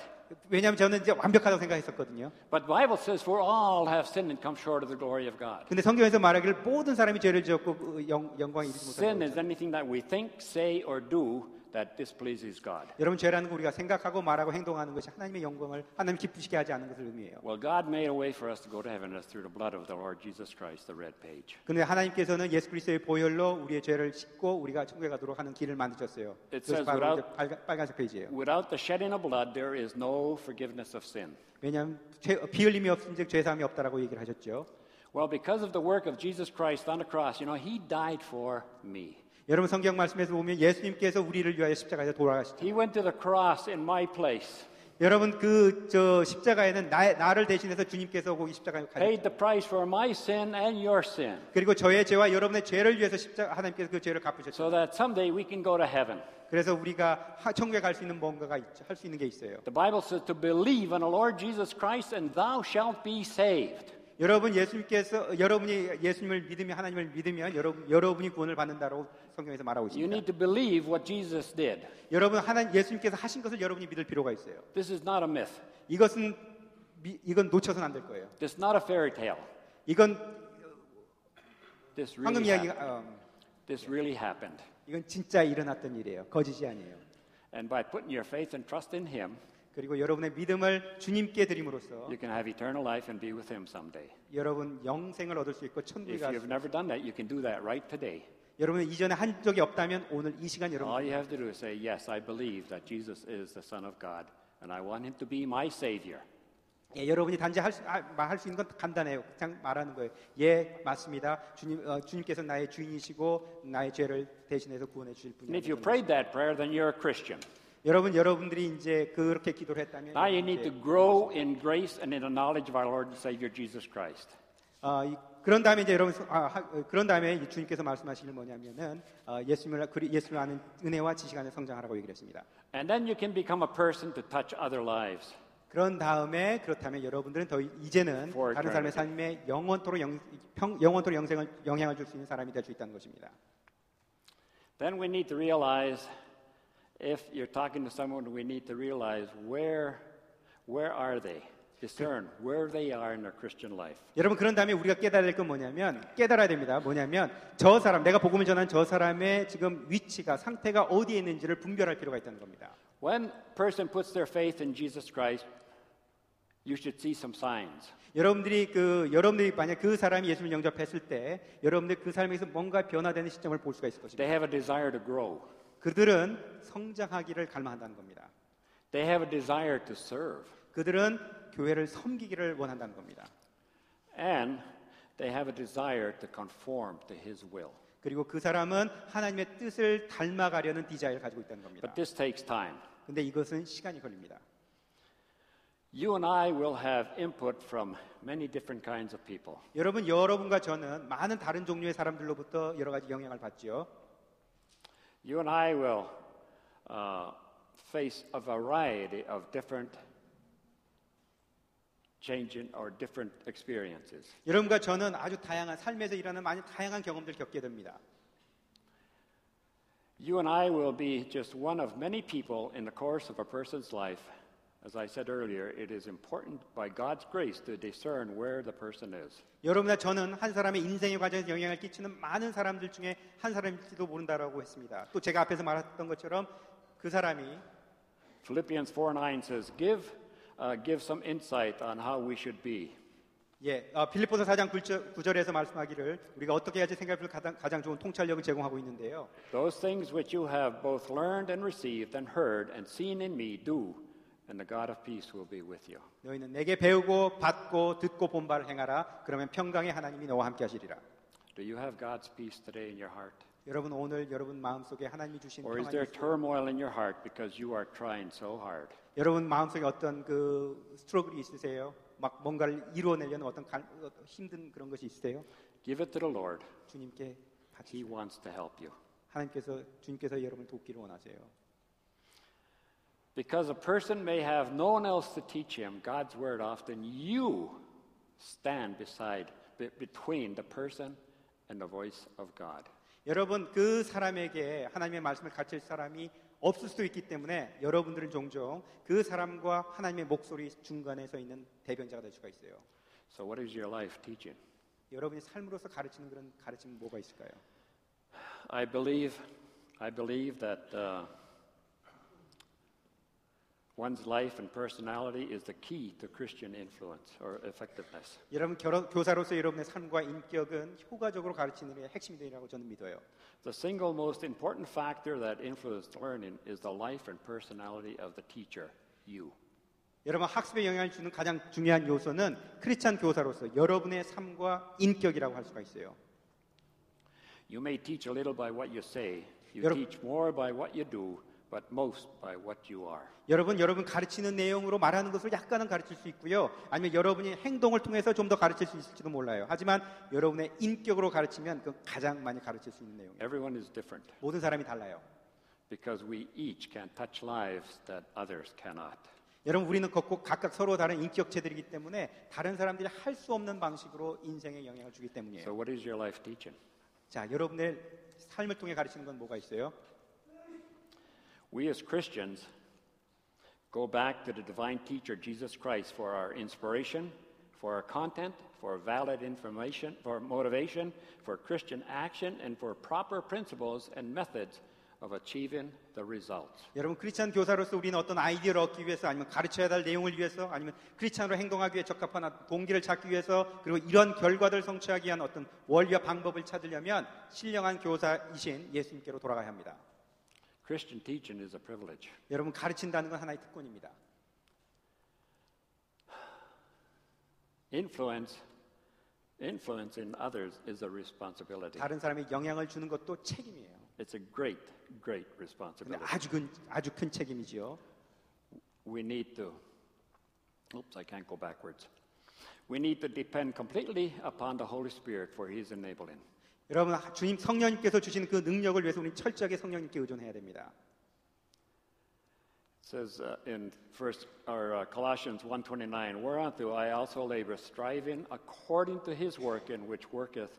S3: 왜냐하면 저는 이제 완벽하다고 생각했었거든요.
S2: But the Bible says, For all have sinned and come short of the glory of God.
S3: 근데 성경에서 말하기를 모든 사람이 죄를 지었고 그 영, 광을 이루지
S2: Sin is
S3: 못한다.
S2: anything that we think, say, or do that displeases God.
S3: 여러분 죄라는 거 우리가 생각하고 말하고 행동하는 것이 하나님의 영광을 하나님 기쁘시게 하지 않는 것을 의미해요.
S2: Well, God made a way for us to go to heaven and that's through the blood of the Lord Jesus Christ, the red page.
S3: 근데 하나님께서는 예수 그리스도의 보혈로 우리의 죄를 씻고 우리가 천국에 가도록 하는 길을 만드셨어요.
S2: It
S3: 그래서
S2: says
S3: 바로
S2: without-
S3: 이제 빨간, 빨간색 페이지예요.
S2: Without the shedding of blood, there is no forgiveness of sin.
S3: 왜냐하면 죄, 어, 비흘림이 없은즉 죄사함이 없다라고 얘기를 하셨죠.
S2: Well, because of the work of Jesus Christ on the cross, you know, he died for me.
S3: 여러분 성경 말씀에서 보면 예수님께서 우리를 위하여 십자가에서 돌아가시죠.
S2: He went to the cross in my place,
S3: 여러분 그 저 십자가에는 나, 나를 대신해서 주님께서 거기 십자가에 가셨죠.
S2: paid the price for my sin and your sin,
S3: 그리고 저의 죄와 여러분의 죄를 위해서 십자가 하나님께서 그 죄를 갚으셨죠.
S2: so that someday we can go to heaven.
S3: 그래서 우리가 하- 천국에 갈 수 있는 뭔가가 있죠. 할 수 있는 게 있어요.
S2: The Bible says to believe on the Lord Jesus Christ and thou shalt be saved.
S3: 여러분 예수님께서 여러분이 예수님을 믿으면 하나님을 믿으면 여러분 여러분이 구원을 받는다라고 성경에서 말하고
S2: You
S3: 있습니다.
S2: need to believe what Jesus did.
S3: 여러분 하나님 예수님께서 하신 것을 여러분이 믿을 필요가 있어요.
S2: This is not a myth.
S3: 이것은 미- 이건 놓쳐서는 안 될 거예요.
S2: This is not a fairy tale.
S3: 이건
S2: This
S3: 황금
S2: really, happened.
S3: 이야기가 어,
S2: this really happened.
S3: 이건 진짜 일어났던 일이에요. 거짓이 아니에요.
S2: And by putting your faith and trust in him,
S3: 그리고 여러분의 믿음을 주님께 드림으로써
S2: you can have eternal life and be with him someday.
S3: 여러분 영생을 얻을 수 있고 천국에
S2: If
S3: 갈
S2: you've
S3: 수.
S2: never done that, you can do that right today.
S3: 여러분 이전에 한 적이 없다면 오늘 이 시간 여러분
S2: All you have to do is say, Yes, I believe that Jesus is the Son of God, and I want him to be my Savior.
S3: 예, 여러분이 단지 할 수, 아, 말할 수 있는 건 간단해요. 그냥 말하는 거예요. 예, 맞습니다. 주님, 어, 주님께서 나의 주인이시고 나의 죄를 대신해서 구원해 주실
S2: And if you
S3: 분이에요.
S2: prayed that prayer, then you're a Christian.
S3: 여러분, 여러분들이 이제 그렇게 기도를 했다면 예.
S2: Now you
S3: 여러분
S2: need
S3: 이제,
S2: to grow in grace and in the knowledge of our Lord and Savior Jesus Christ.
S3: 어, 이- 그런 다음에 이제 여러분 아, 하- 어, 그런 다음에 이 주님께서 말씀하시는 뭐냐면은 어, 예수님을 그리- 예수님을 아는 은혜와 지식 안에 성장하라고 얘기를 했습니다.
S2: And then you can become a person to touch other lives.
S3: 그런 다음에 그렇다면 여러분들은 더 이- 이제는
S2: For
S3: 다른 사람의 삶에 영원토록 영, 평, 영원토록 영생을 영향을 줄 수 있는 사람이 될 수 있다는 것입니다.
S2: Then we need to realize if you're talking to someone, we need to realize where, where are they? Discern where they are in their Christian life.
S3: 여러분 그런 다음에 우리가 깨달아야 될 건 뭐냐면 깨달아야 됩니다. 뭐냐면 저 사람 내가 복음을 전한 저 사람의 지금 위치가 상태가 어디에 있는지를 분별할 필요가 있다는 겁니다.
S2: When person puts their faith in Jesus Christ, you should see some signs.
S3: 여러분들이 그 여러분들이 만약 그 사람이 예수를 영접했을 때 여러분들 그 삶에서 뭔가 변화되는 시점을 볼 수가 있을 것입니다.
S2: They have a desire to grow.
S3: 그들은 성장하기를 갈망한다는 겁니다.
S2: They have a desire to serve.
S3: 그들은 교회를 섬기기를 원한다는 겁니다.
S2: And they have a desire to conform to his will.
S3: 그리고 그 사람은 하나님의 뜻을 닮아가려는 디자인을 가지고 있다는 겁니다.
S2: But this takes time.
S3: 근데 이것은 시간이 걸립니다.
S2: You and I will have input from many different kinds of people.
S3: 여러분 여러분과 저는 많은 다른 종류의 사람들로부터 여러 가지 영향을 받지요.
S2: You and I will uh, face a variety of different changing or different experiences.
S3: 여러분과 저는 아주 다양한 삶에서 일하는 많이 다양한 경험들을 겪게 됩니다.
S2: You and I will be just one of many people in the course of a person's life. As I said earlier, it is important by God's grace to discern where the person is.
S3: 여러분과 저는 한 사람의 인생의 과정에서 영향을 끼치는 많은 사람들 중에 한 사람일지도 모른다라고 했습니다. 또 제가 앞에서 말했던 것처럼 그 사람이
S2: Philippians 4 9 says, give, uh, give some insight on how we should be.
S3: 예, 어, 빌립보서 4장 9절, 9절에서 말씀하기를 우리가 어떻게 해야지 생각해볼 가장, 가장 좋은 통찰력을 제공하고 있는데요.
S2: Those things which you have both learned and received and heard and seen in me, do, and the God of peace will be with you.
S3: 너희는 내게 배우고 받고 듣고 본바를 행하라. 그러면 평강의 하나님이 너와 함께 하시리라.
S2: Do you have God's peace today in your heart?
S3: 여러분 오늘 여러분 마음속에 하나님이 주신
S2: Or is
S3: 평안이
S2: there
S3: 있어요.
S2: turmoil in your heart because you are trying so hard?
S3: 여러분 마음속에 어떤 그 스트러글이 있으세요? 막 뭔가를 이루어내려는 어떤 갈- 어떤 힘든 그런 것이 있으세요?
S2: Give it to the Lord.
S3: 주님께 같이
S2: He wants to help you.
S3: 하나님께서 주님께서 여러분을 돕기를 원하세요.
S2: Because a person may have no one else to teach him, God's word often you stand beside, be- between the person and the voice of God.
S3: 여러분 그 사람에게 하나님의 말씀을 가르칠 사람이 없을 수도 있기 때문에 여러분들은 종종 그 사람과 하나님의 목소리 중간에 서 있는 대변자가 될 수가 있어요.
S2: So, what is your life teaching?
S3: 여러분의 삶으로서 가르치는 그런 가르침은 뭐가 있을까요?
S2: I believe, I believe that uh, one's life and personality is the key to Christian influence or effectiveness.
S3: 여러분 결혼, 교사로서 여러분의 삶과 인격은 효과적으로 가르치는 게 핵심이 되라고 저는 믿어요.
S2: The single most important factor that influences learning is the life and personality of the teacher, you.
S3: 여러분 학습에 영향을 주는 가장 중요한 요소는 크리스찬 교사로서 여러분의 삶과 인격이라고 할 수가 있어요.
S2: You may teach a little by what you say, you
S3: Yep.
S2: teach more by what you do, but most by what you are.
S3: 여러분 여러분 가르치는 내용으로 말하는 것을 약간은 가르칠 수 있고요. 아니면 여러분이 행동을 통해서 좀 더 가르칠 수 있을지도 몰라요. 하지만 여러분의 인격으로 가르치면 그 가장 많이 가르칠 수 있는 내용이에요.
S2: Everyone is different
S3: 모든 사람이 달라요.
S2: because we each can touch lives that others cannot.
S3: 여러분 우리는 걷고 각각 서로 다른 인격체들이기 때문에 다른 사람들이 할 수 없는 방식으로 인생에 영향을 주기
S2: So,
S3: 때문이에요.
S2: what is your life teaching?
S3: 자, 여러분의 삶을 통해 가르치는 건 뭐가 있어요?
S2: We as Christians go back to the divine teacher Jesus Christ for our inspiration, for our content, for valid information, for motivation, for Christian action, and for proper principles and methods of achieving the results.
S3: 여러분 크리스찬 교사로서 우리는 어떤 아이디어를 얻기 위해서 아니면 가르쳐야 할 내용을 위해서 아니면 크리스찬으로 행동하기 위해 적합한 아- 동기를 찾기 위해서 그리고 이런 결과들을 성취하기 위한 어떤 원리와 방법을 찾으려면 신령한 교사이신 예수님께로 돌아가야 합니다.
S2: Christian teaching is a privilege.
S3: 여러분 가르친다는 건 하나의 특권입니다.
S2: Influence influence in others is a responsibility.
S3: 다른 사람이 영향을 주는 것도 책임이에요.
S2: It's a great great
S3: 근데
S2: responsibility.
S3: 아주 큰 아주 큰 책임이지요.
S2: We need to, oops, I can't go backwards. We need to depend completely upon the Holy Spirit for His enabling.
S3: 여러분 주님 성령님께서 주시는 그 능력을 위해서 우리는 철저하게 성령님께 의존해야 됩니다.
S2: It says uh, in first or uh, Colossians 1:29, "Whereunto I also labor, striving according to His work, in which worketh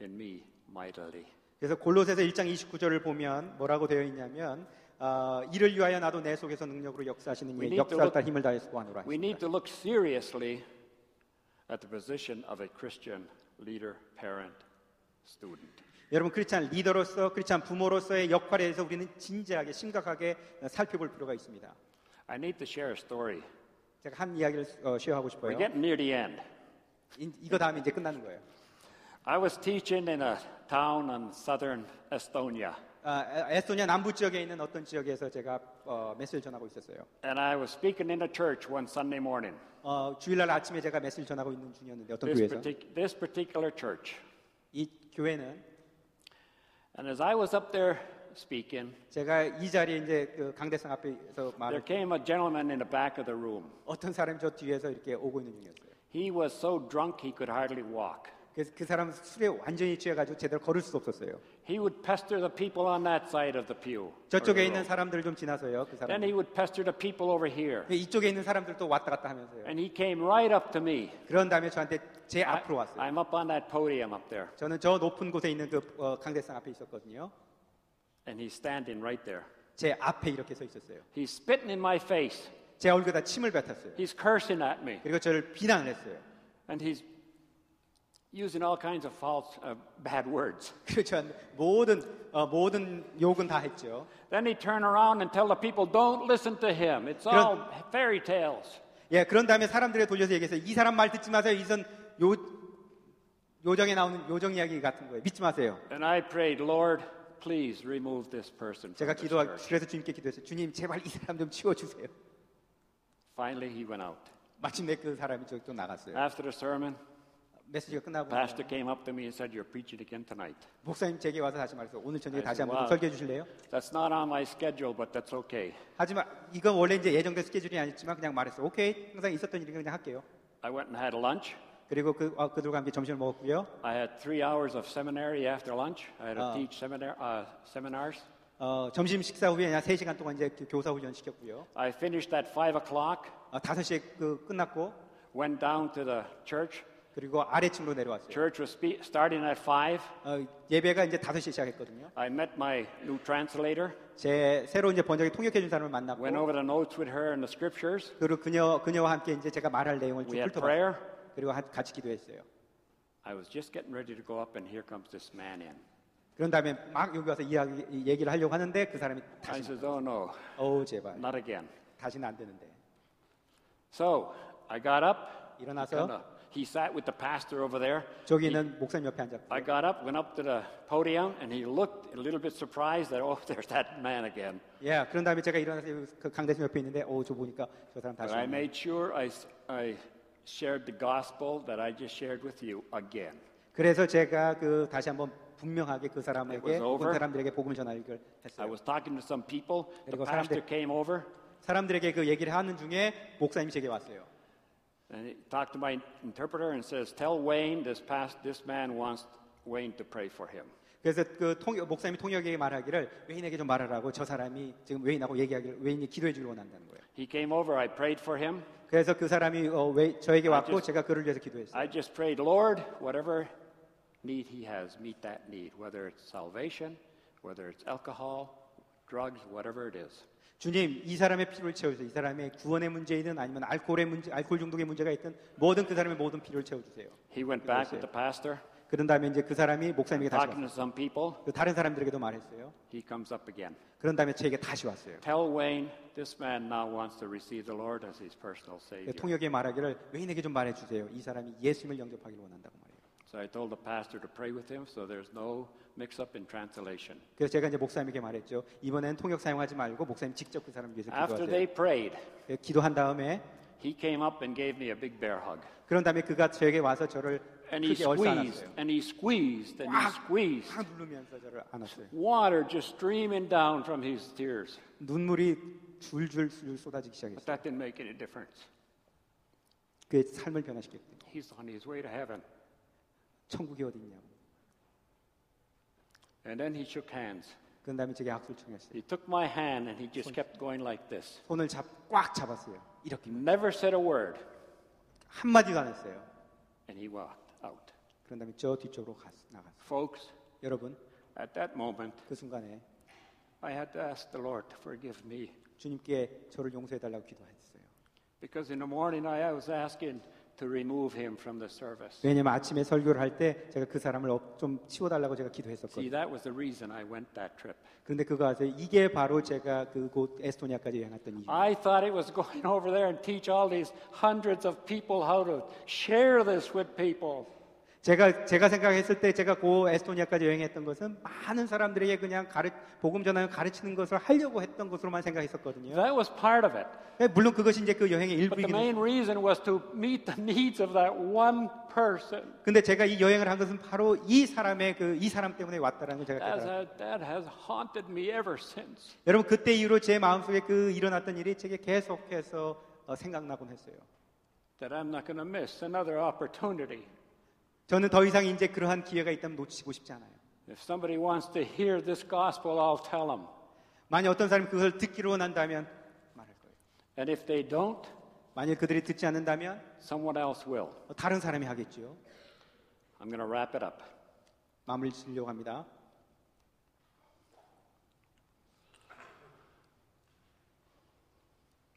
S2: in me mightily."
S3: 그래서 골로새서 1장 29절을 보면 뭐라고 되어 있냐면 아, 이를 위하여 나도 내 속에서 능력으로 역사하시는
S2: We
S3: 이의
S2: need to
S3: 역사할 따라 힘을 다해 수고하노라.
S2: We need to look seriously at the position of a Christian leader, parent, student.
S3: 여러분 크리스찬 리더로서 크리스찬 부모로서의 역할에 대해서 우리는 진지하게 심각하게 살펴볼 필요가 있습니다.
S2: I need to share a story.
S3: 제가 한 이야기를 어, 쉐어하고
S2: We're
S3: 싶어요.
S2: getting near the end.
S3: 이- 이거 다음에 이제 끝나는 거예요.
S2: I was teaching in a town in southern Estonia,
S3: 아, 에- 에스토니아 남부 지역에 있는 어떤 지역에서 제가 어, 메시지를 전하고 있었어요.
S2: and I was speaking in a church one Sunday morning.
S3: 어, 주일날 아침에 제가 메시지를 전하고 있는 중이었는데 어떤
S2: This,
S3: 교회에서
S2: partic- this particular church.
S3: 이 교회는
S2: And as I was up there speaking,
S3: 제가 이 자리에 이제 그 강대상 앞에서
S2: there
S3: 말을
S2: came a gentleman in the back of the room.
S3: 어떤 사람이 저 뒤에서 이렇게 오고 있는 중이었어요.
S2: He was so drunk he could hardly walk.
S3: 그래서 그 사람 술에 완전히 취해가지고 제대로 걸을 수 없었어요.
S2: He would pester the people on that side of the pew. or the
S3: 저쪽에
S2: row.
S3: 있는 사람들 좀 지나서요. 그 사람. 그
S2: Then he would pester the people over here.
S3: 이쪽에 있는 사람들 또 왔다 갔다 하면서요.
S2: And he came right up to me.
S3: 그런 다음에 저한테 제
S2: I,
S3: 앞으로 왔어요.
S2: am up on that podium up there.
S3: 저는 저 높은 곳에 있는 그 어, 강대상 앞에 있었거든요.
S2: And he's standing right there.
S3: 제 앞에 이렇게 서 있었어요.
S2: He's spitting in my face.
S3: 제 얼굴에다 침을 뱉었어요.
S2: He's cursing at me.
S3: 그리고 저를 비난을 했어요. *laughs*
S2: And he's using all kinds of false, uh, bad words.
S3: 그리고 전 모든 어, 모든 욕은 다 했죠.
S2: Then he turn around and tell the people, don't listen to him. It's
S3: Kron-
S2: all fairy tales.
S3: 예, 그런 다음에 사람들에 돌려서 얘기해서 이 사람 말 듣지 마세요. 이선 요 요정에 나오는 요정 이야기 같은 거예요. 믿지 마세요.
S2: And I prayed, Lord, please remove this person. From
S3: 제가
S2: this
S3: 기도하
S2: church."
S3: 그래서 주님께 기도했어요. 주님 제발 이 사람 좀 치워주세요.
S2: Finally, he went out.
S3: 마침내 그 사람이 저기 또 나갔어요.
S2: After the sermon,
S3: 메시지가 끝나고
S2: pastor came up to me and said, you're preaching again tonight.
S3: 목사님 제게 와서 다시 말해서 오늘 저녁에
S2: I
S3: 다시
S2: said,
S3: 한번 좀
S2: "Wow."
S3: 설교해 주실래요?
S2: That's not on my schedule, but that's okay.
S3: 하지만 이건 원래 이제 예정된 스케줄이 아니었지만 그냥 말했어요. 오케이 항상 있었던 일이니까 그냥 할게요.
S2: I went and had lunch.
S3: 그리고 그 어, 그들과 함께 점심을 먹었고요.
S2: I had three hours of seminary after lunch. I had to
S3: Ah.
S2: teach seminar, uh, seminars.
S3: 어, 점심 식사 후에 한 3시간 동안 이제 그 교사 훈련 시켰고요.
S2: I finished at 5 o'clock,
S3: 어, 5시에 그 끝났고
S2: went down to the church.
S3: 그리고 아래층으로 내려왔어요.
S2: Church was spe- starting at 5.
S3: 어, 예배가 이제 5시에 시작했거든요.
S2: I met my new translator,
S3: 제 새로 이제 번역에 통역해 준 사람을
S2: went
S3: 만났고
S2: over the notes with her and the scriptures.
S3: 그리고 그녀 그녀와 함께 이제 제가 말할 내용을 쭉
S2: We had
S3: 훑어봤어요.
S2: prayer.
S3: 그리고 하- 같이 기도했어요.
S2: I was just getting ready to go up, and here comes this man in.
S3: 그런 다음에 막 여기 와서 이야기 이 얘기를 하려고 하는데 그 사람이
S2: I
S3: 다시
S2: says, Oh, no,
S3: 어우 제발
S2: not again.
S3: 다시는 안 되는데
S2: So I got up.
S3: 일어나서
S2: kinda- he sat with the pastor over there.
S3: 저기 있는 목사님 옆에 앉았고
S2: I got up, went up to the podium, and he looked a little bit surprised that, *laughs* oh, there's that man again.
S3: 예 그런 다음에 제가 일어나서 그 강대수 옆에 있는데 어우 저 보니까 저 사람
S2: But
S3: 다시
S2: I
S3: 오네.
S2: made sure I, s- I shared the gospel that I just shared with you again.
S3: 그래서 제가 그 다시 한번 분명하게
S2: It
S3: 그
S2: was
S3: 사람에게
S2: over.
S3: 그 사람들에게 복음을 전하기를
S2: I
S3: 했어요.
S2: was talking to some people. The
S3: 그리고
S2: pastor
S3: 사람들-
S2: came over
S3: 사람들에게 그 얘기를 하는 중에 목사님이 제게 왔어요.
S2: and he talked to my interpreter and says, Tell Wayne this, past, this man wants Wayne to pray for him.
S3: 그래서 그 통역, 목사님이 통역에게 말하기를 외인에게 좀 말하라고 저 사람이 지금 외인하고 얘기하기를 외인이 기도해 주길 원한다는 거예요.
S2: He came over, I prayed for him.
S3: 그래서 그 사람이 어, 왜- 저에게 왔고
S2: just-
S3: 제가 그를 위해서 기도했어요.
S2: I just prayed, Lord, whatever need he has, meet that need, whether it's salvation, whether it's alcohol, drugs, whatever it is.
S3: 주님, 이 사람의 필요를 채워주세요. 이 사람의 구원의 문제이든 아니면 알코올의 문제, 알코올 중독의 문제가 있든 뭐든 그 사람의 모든 필요를 채워주세요.
S2: He went back with the pastor,
S3: 그런 다음에 이제 그 사람이 목사님에게 다시
S2: talking to
S3: 왔어요.
S2: some people.
S3: 그 다른 사람들에게도 말했어요.
S2: He comes up again.
S3: 그런 다음에 제게 다시 왔어요. 그
S2: Tell Wayne this man now wants to receive the Lord as his personal Savior.
S3: 그 통역에 말하기를 외인에게 좀 말해주세요. 이 사람이 예수님을 영접하기를 원한다고 말해요.
S2: So I told the pastor to pray with him so there's no mix up in translation.
S3: 그래서 제가 이제 목사님에게 말했죠. 이번엔 통역 사용하지 말고 목사님 직접 그 사람 위해서
S2: After they
S3: 기도하세요.
S2: prayed,
S3: 예, 기도한 다음에
S2: he came up and gave me a big bear hug.
S3: 그런 다음에 그가 저에게 와서 저를
S2: And he
S3: 크게 얼싸
S2: squeezed,
S3: 안았어요.
S2: and he squeezed, and he squeezed.
S3: 막 누르면서 저를 안았어요.
S2: Water just streaming down from his tears.
S3: 눈물이 줄줄 줄
S2: But
S3: 쏟아지기 시작했어요.
S2: that didn't make any difference.
S3: 그의 삶을 변화시켰대요.
S2: He's on his way to heaven.
S3: 천국이 어디 있냐고.
S2: And then he shook hands.
S3: 그런 다음에 제게 악수를 청했어요.
S2: He took my hand and he just kept going like this.
S3: 손을 잡, 꽉 잡았어요. 이렇게
S2: Never said a word.
S3: 한마디도 안 했어요.
S2: And he walked out.
S3: 그런 다음에 저 뒤쪽으로 갔, 나갔어요.
S2: Folks,
S3: 여러분,
S2: At that moment,
S3: 그 순간에
S2: I had to ask the Lord to forgive me
S3: 주님께 저를 용서해 달라고 기도했어요.
S2: because in the morning I was asking to remove him from the service.
S3: 왜냐면 아침에 설교를 할 때 제가 그 사람을 업- 좀 치워달라고 제가
S2: See,
S3: 기도했었거든요.
S2: that was the reason I went that trip.
S3: 그런데 그거 아세요? 이게 바로 제가 그곳 에스토니아까지 여행했던 이유.
S2: I thought it was *laughs* going over there and teach all these hundreds of people how to share this with people.
S3: 제가 제가 생각했을 때 제가 고 에스토니아까지 여행했던 것은 많은 사람들에게 그냥 가르, 복음 전환을 가르치는 것을 하려고 했던 것으로만 생각했었거든요.
S2: That was part of it.
S3: 네, 물론 그것이 이제 그 여행의
S2: But the
S3: 일부이기는
S2: main reason was to meet the needs of that one person.
S3: 근데 제가 이 여행을 한 것은 바로 이 사람의 그 이 사람 때문에 왔다라는 걸 제가
S2: That
S3: 깨달았어요.
S2: has, that has haunted me ever since.
S3: 여러분 그때 이후로 제 마음속에 그 일어났던 일이 제게 계속해서 어, 생각나곤 했어요.
S2: That I'm not going to miss another opportunity.
S3: 저는 더 이상 이제 그러한 기회가 있다면 놓치고 싶지 않아요.
S2: If somebody wants to hear this gospel, I'll tell them.
S3: 만약 어떤 사람이 그걸 듣기로 원한다면 말할 거예요.
S2: And if they don't,
S3: 만약 그들이 듣지 않는다면
S2: someone else will.
S3: 어, 다른 사람이 하겠죠.
S2: I'm going to wrap it up.
S3: 마무리 지으려고 합니다.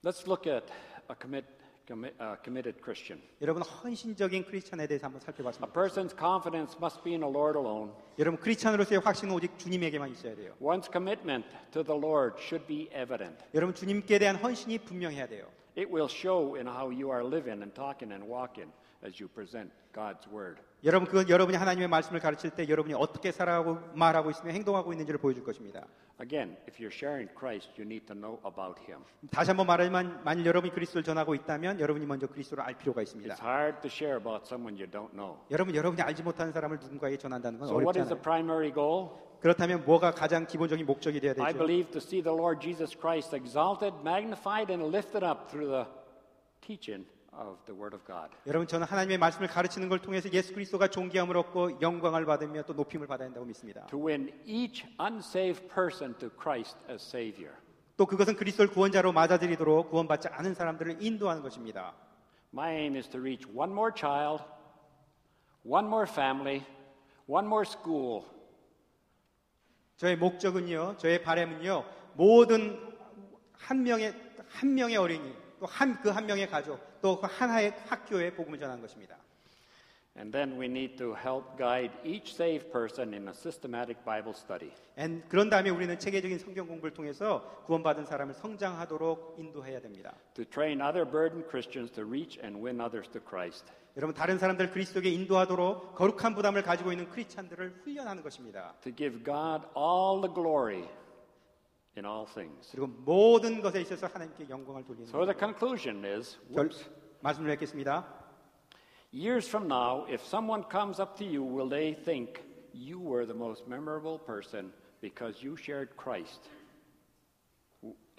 S2: Let's look at a commit, commi- uh, committed Christian.
S3: 여러분 헌신적인 크리스천에 대해서 한번
S2: A
S3: 살펴봤습니다.
S2: person's confidence must be in the Lord alone.
S3: 여러분 크리스천으로서의 확신은 오직 주님에게만 있어야 돼요.
S2: One's commitment to the Lord should be evident.
S3: 여러분 주님께 대한 헌신이 분명해야 돼요.
S2: It will show in how you are living and talking and walking as you present God's word.
S3: 여러분 그건 여러분이 하나님의 말씀을 가르칠 때 여러분이 어떻게 살아가고 말하고 있으며 행동하고 있는지를 보여줄 것입니다.
S2: Again, if you're sharing Christ, you need to know about him.
S3: 다시 한번 말하지만 만일 여러분이 그리스도를 전하고 있다면 여러분이 먼저 그리스도를 알 필요가 있습니다.
S2: It's hard to share about someone you don't know.
S3: 여러분 여러분이 알지 못하는 사람을 누군가에게 전한다는 건
S2: So, what is the
S3: 어렵잖아요.
S2: primary goal?
S3: 그렇다면 뭐가 가장 기본적인 목적이 되어야
S2: I
S3: 되죠?
S2: believe to see the Lord Jesus Christ exalted, magnified, and lifted up through the teaching of the Word of God.
S3: 여러분 저는 하나님의 말씀을 가르치는 걸 통해서 예수 그리스도가 존귀함을 얻고 영광을 받으며 또 높임을 받아야 한다고 믿습니다.
S2: To win each unsaved person to Christ as Savior.
S3: 또 그것은 그리스도를 구원자로 맞아들이도록 구원받지 않은 사람들을 인도하는 것입니다.
S2: My aim is to reach one more child, one more family, one more school,
S3: 저의 목적은요, 저의 바램은요, 모든 한 명의 한 명의 어린이, 또 한 그 한 명의 가족, 또 그 하나의 학교에 복음을 전하는 것입니다.
S2: and then we need to help guide each saved person in a systematic Bible study.
S3: And 그런 다음에 우리는 체계적인 성경 공부를 통해서 구원받은 사람을 성장하도록 인도해야 됩니다.
S2: To train other burdened Christians to reach and win others to Christ.
S3: 여러분 다른 사람들 그리스도에게 인도하도록 거룩한 부담을 가지고 있는 크리스찬들을 훈련하는 것입니다.
S2: To give God all the glory in all things.
S3: 그리고 모든 것에 있어서 하나님께 영광을 돌리는
S2: So the
S3: 것입니다.
S2: conclusion is
S3: 결,
S2: whoops,
S3: 말씀을 맺겠습니다.
S2: years from now, if someone comes up to you, will they think you were the most memorable person because you shared Christ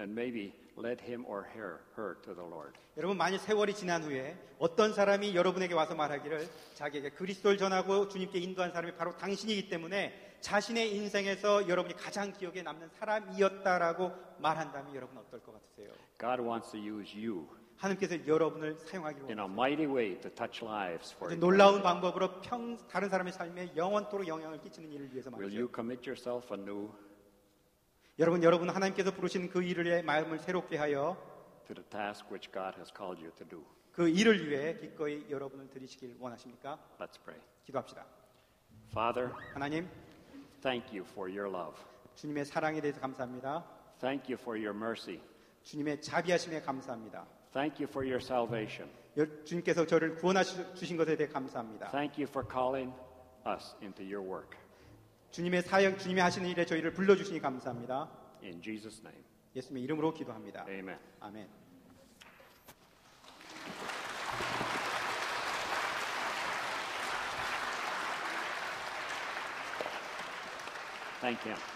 S2: and maybe led him or her, her to the Lord?
S3: 여러분 만일 세월이 지난 후에 어떤 사람이 여러분에게 와서 말하기를 자기에게 그리스도를 전하고 주님께 인도한 사람이 바로 당신이기 때문에 자신의 인생에서 여러분이 가장 기억에 남는 사람이었다라고 말한다면 여러분 어떨 것 같으세요?
S2: God wants to use you
S3: 하나님께서 여러분을 사용하기로
S2: in a
S3: 합니다.
S2: mighty way to touch lives for
S3: 아주
S2: Him.
S3: 놀라운 방법으로 평, 다른 사람의 삶에 영원토록 영향을 끼치는 일을 위해서
S2: Will you
S3: 말이죠.
S2: commit yourself anew
S3: 여러분, 여러분 하나님께서 부르신 그 일을 위해 마음을 새롭게 하여
S2: to the task which God has called you to do?
S3: 그 일을 위해 기꺼이 여러분을 드리시길 원하십니까?
S2: Let's pray.
S3: 기도합시다.
S2: Father,
S3: 하나님,
S2: thank you for your love.
S3: 주님의 사랑에 대해서 감사합니다.
S2: Thank you for your mercy.
S3: 주님의 자비하심에 감사합니다.
S2: Thank you for your salvation.
S3: 여- 주님께서 저를 구원하신 것에 대해 감사합니다.
S2: Thank you for calling us into your work.
S3: 주님의 사역, 주님이 하시는 일에 저희를 불러주시니 감사합니다.
S2: In Jesus' name,
S3: 예수님의 이름으로 기도합니다.
S2: amen.
S3: 아멘.
S2: Thank you.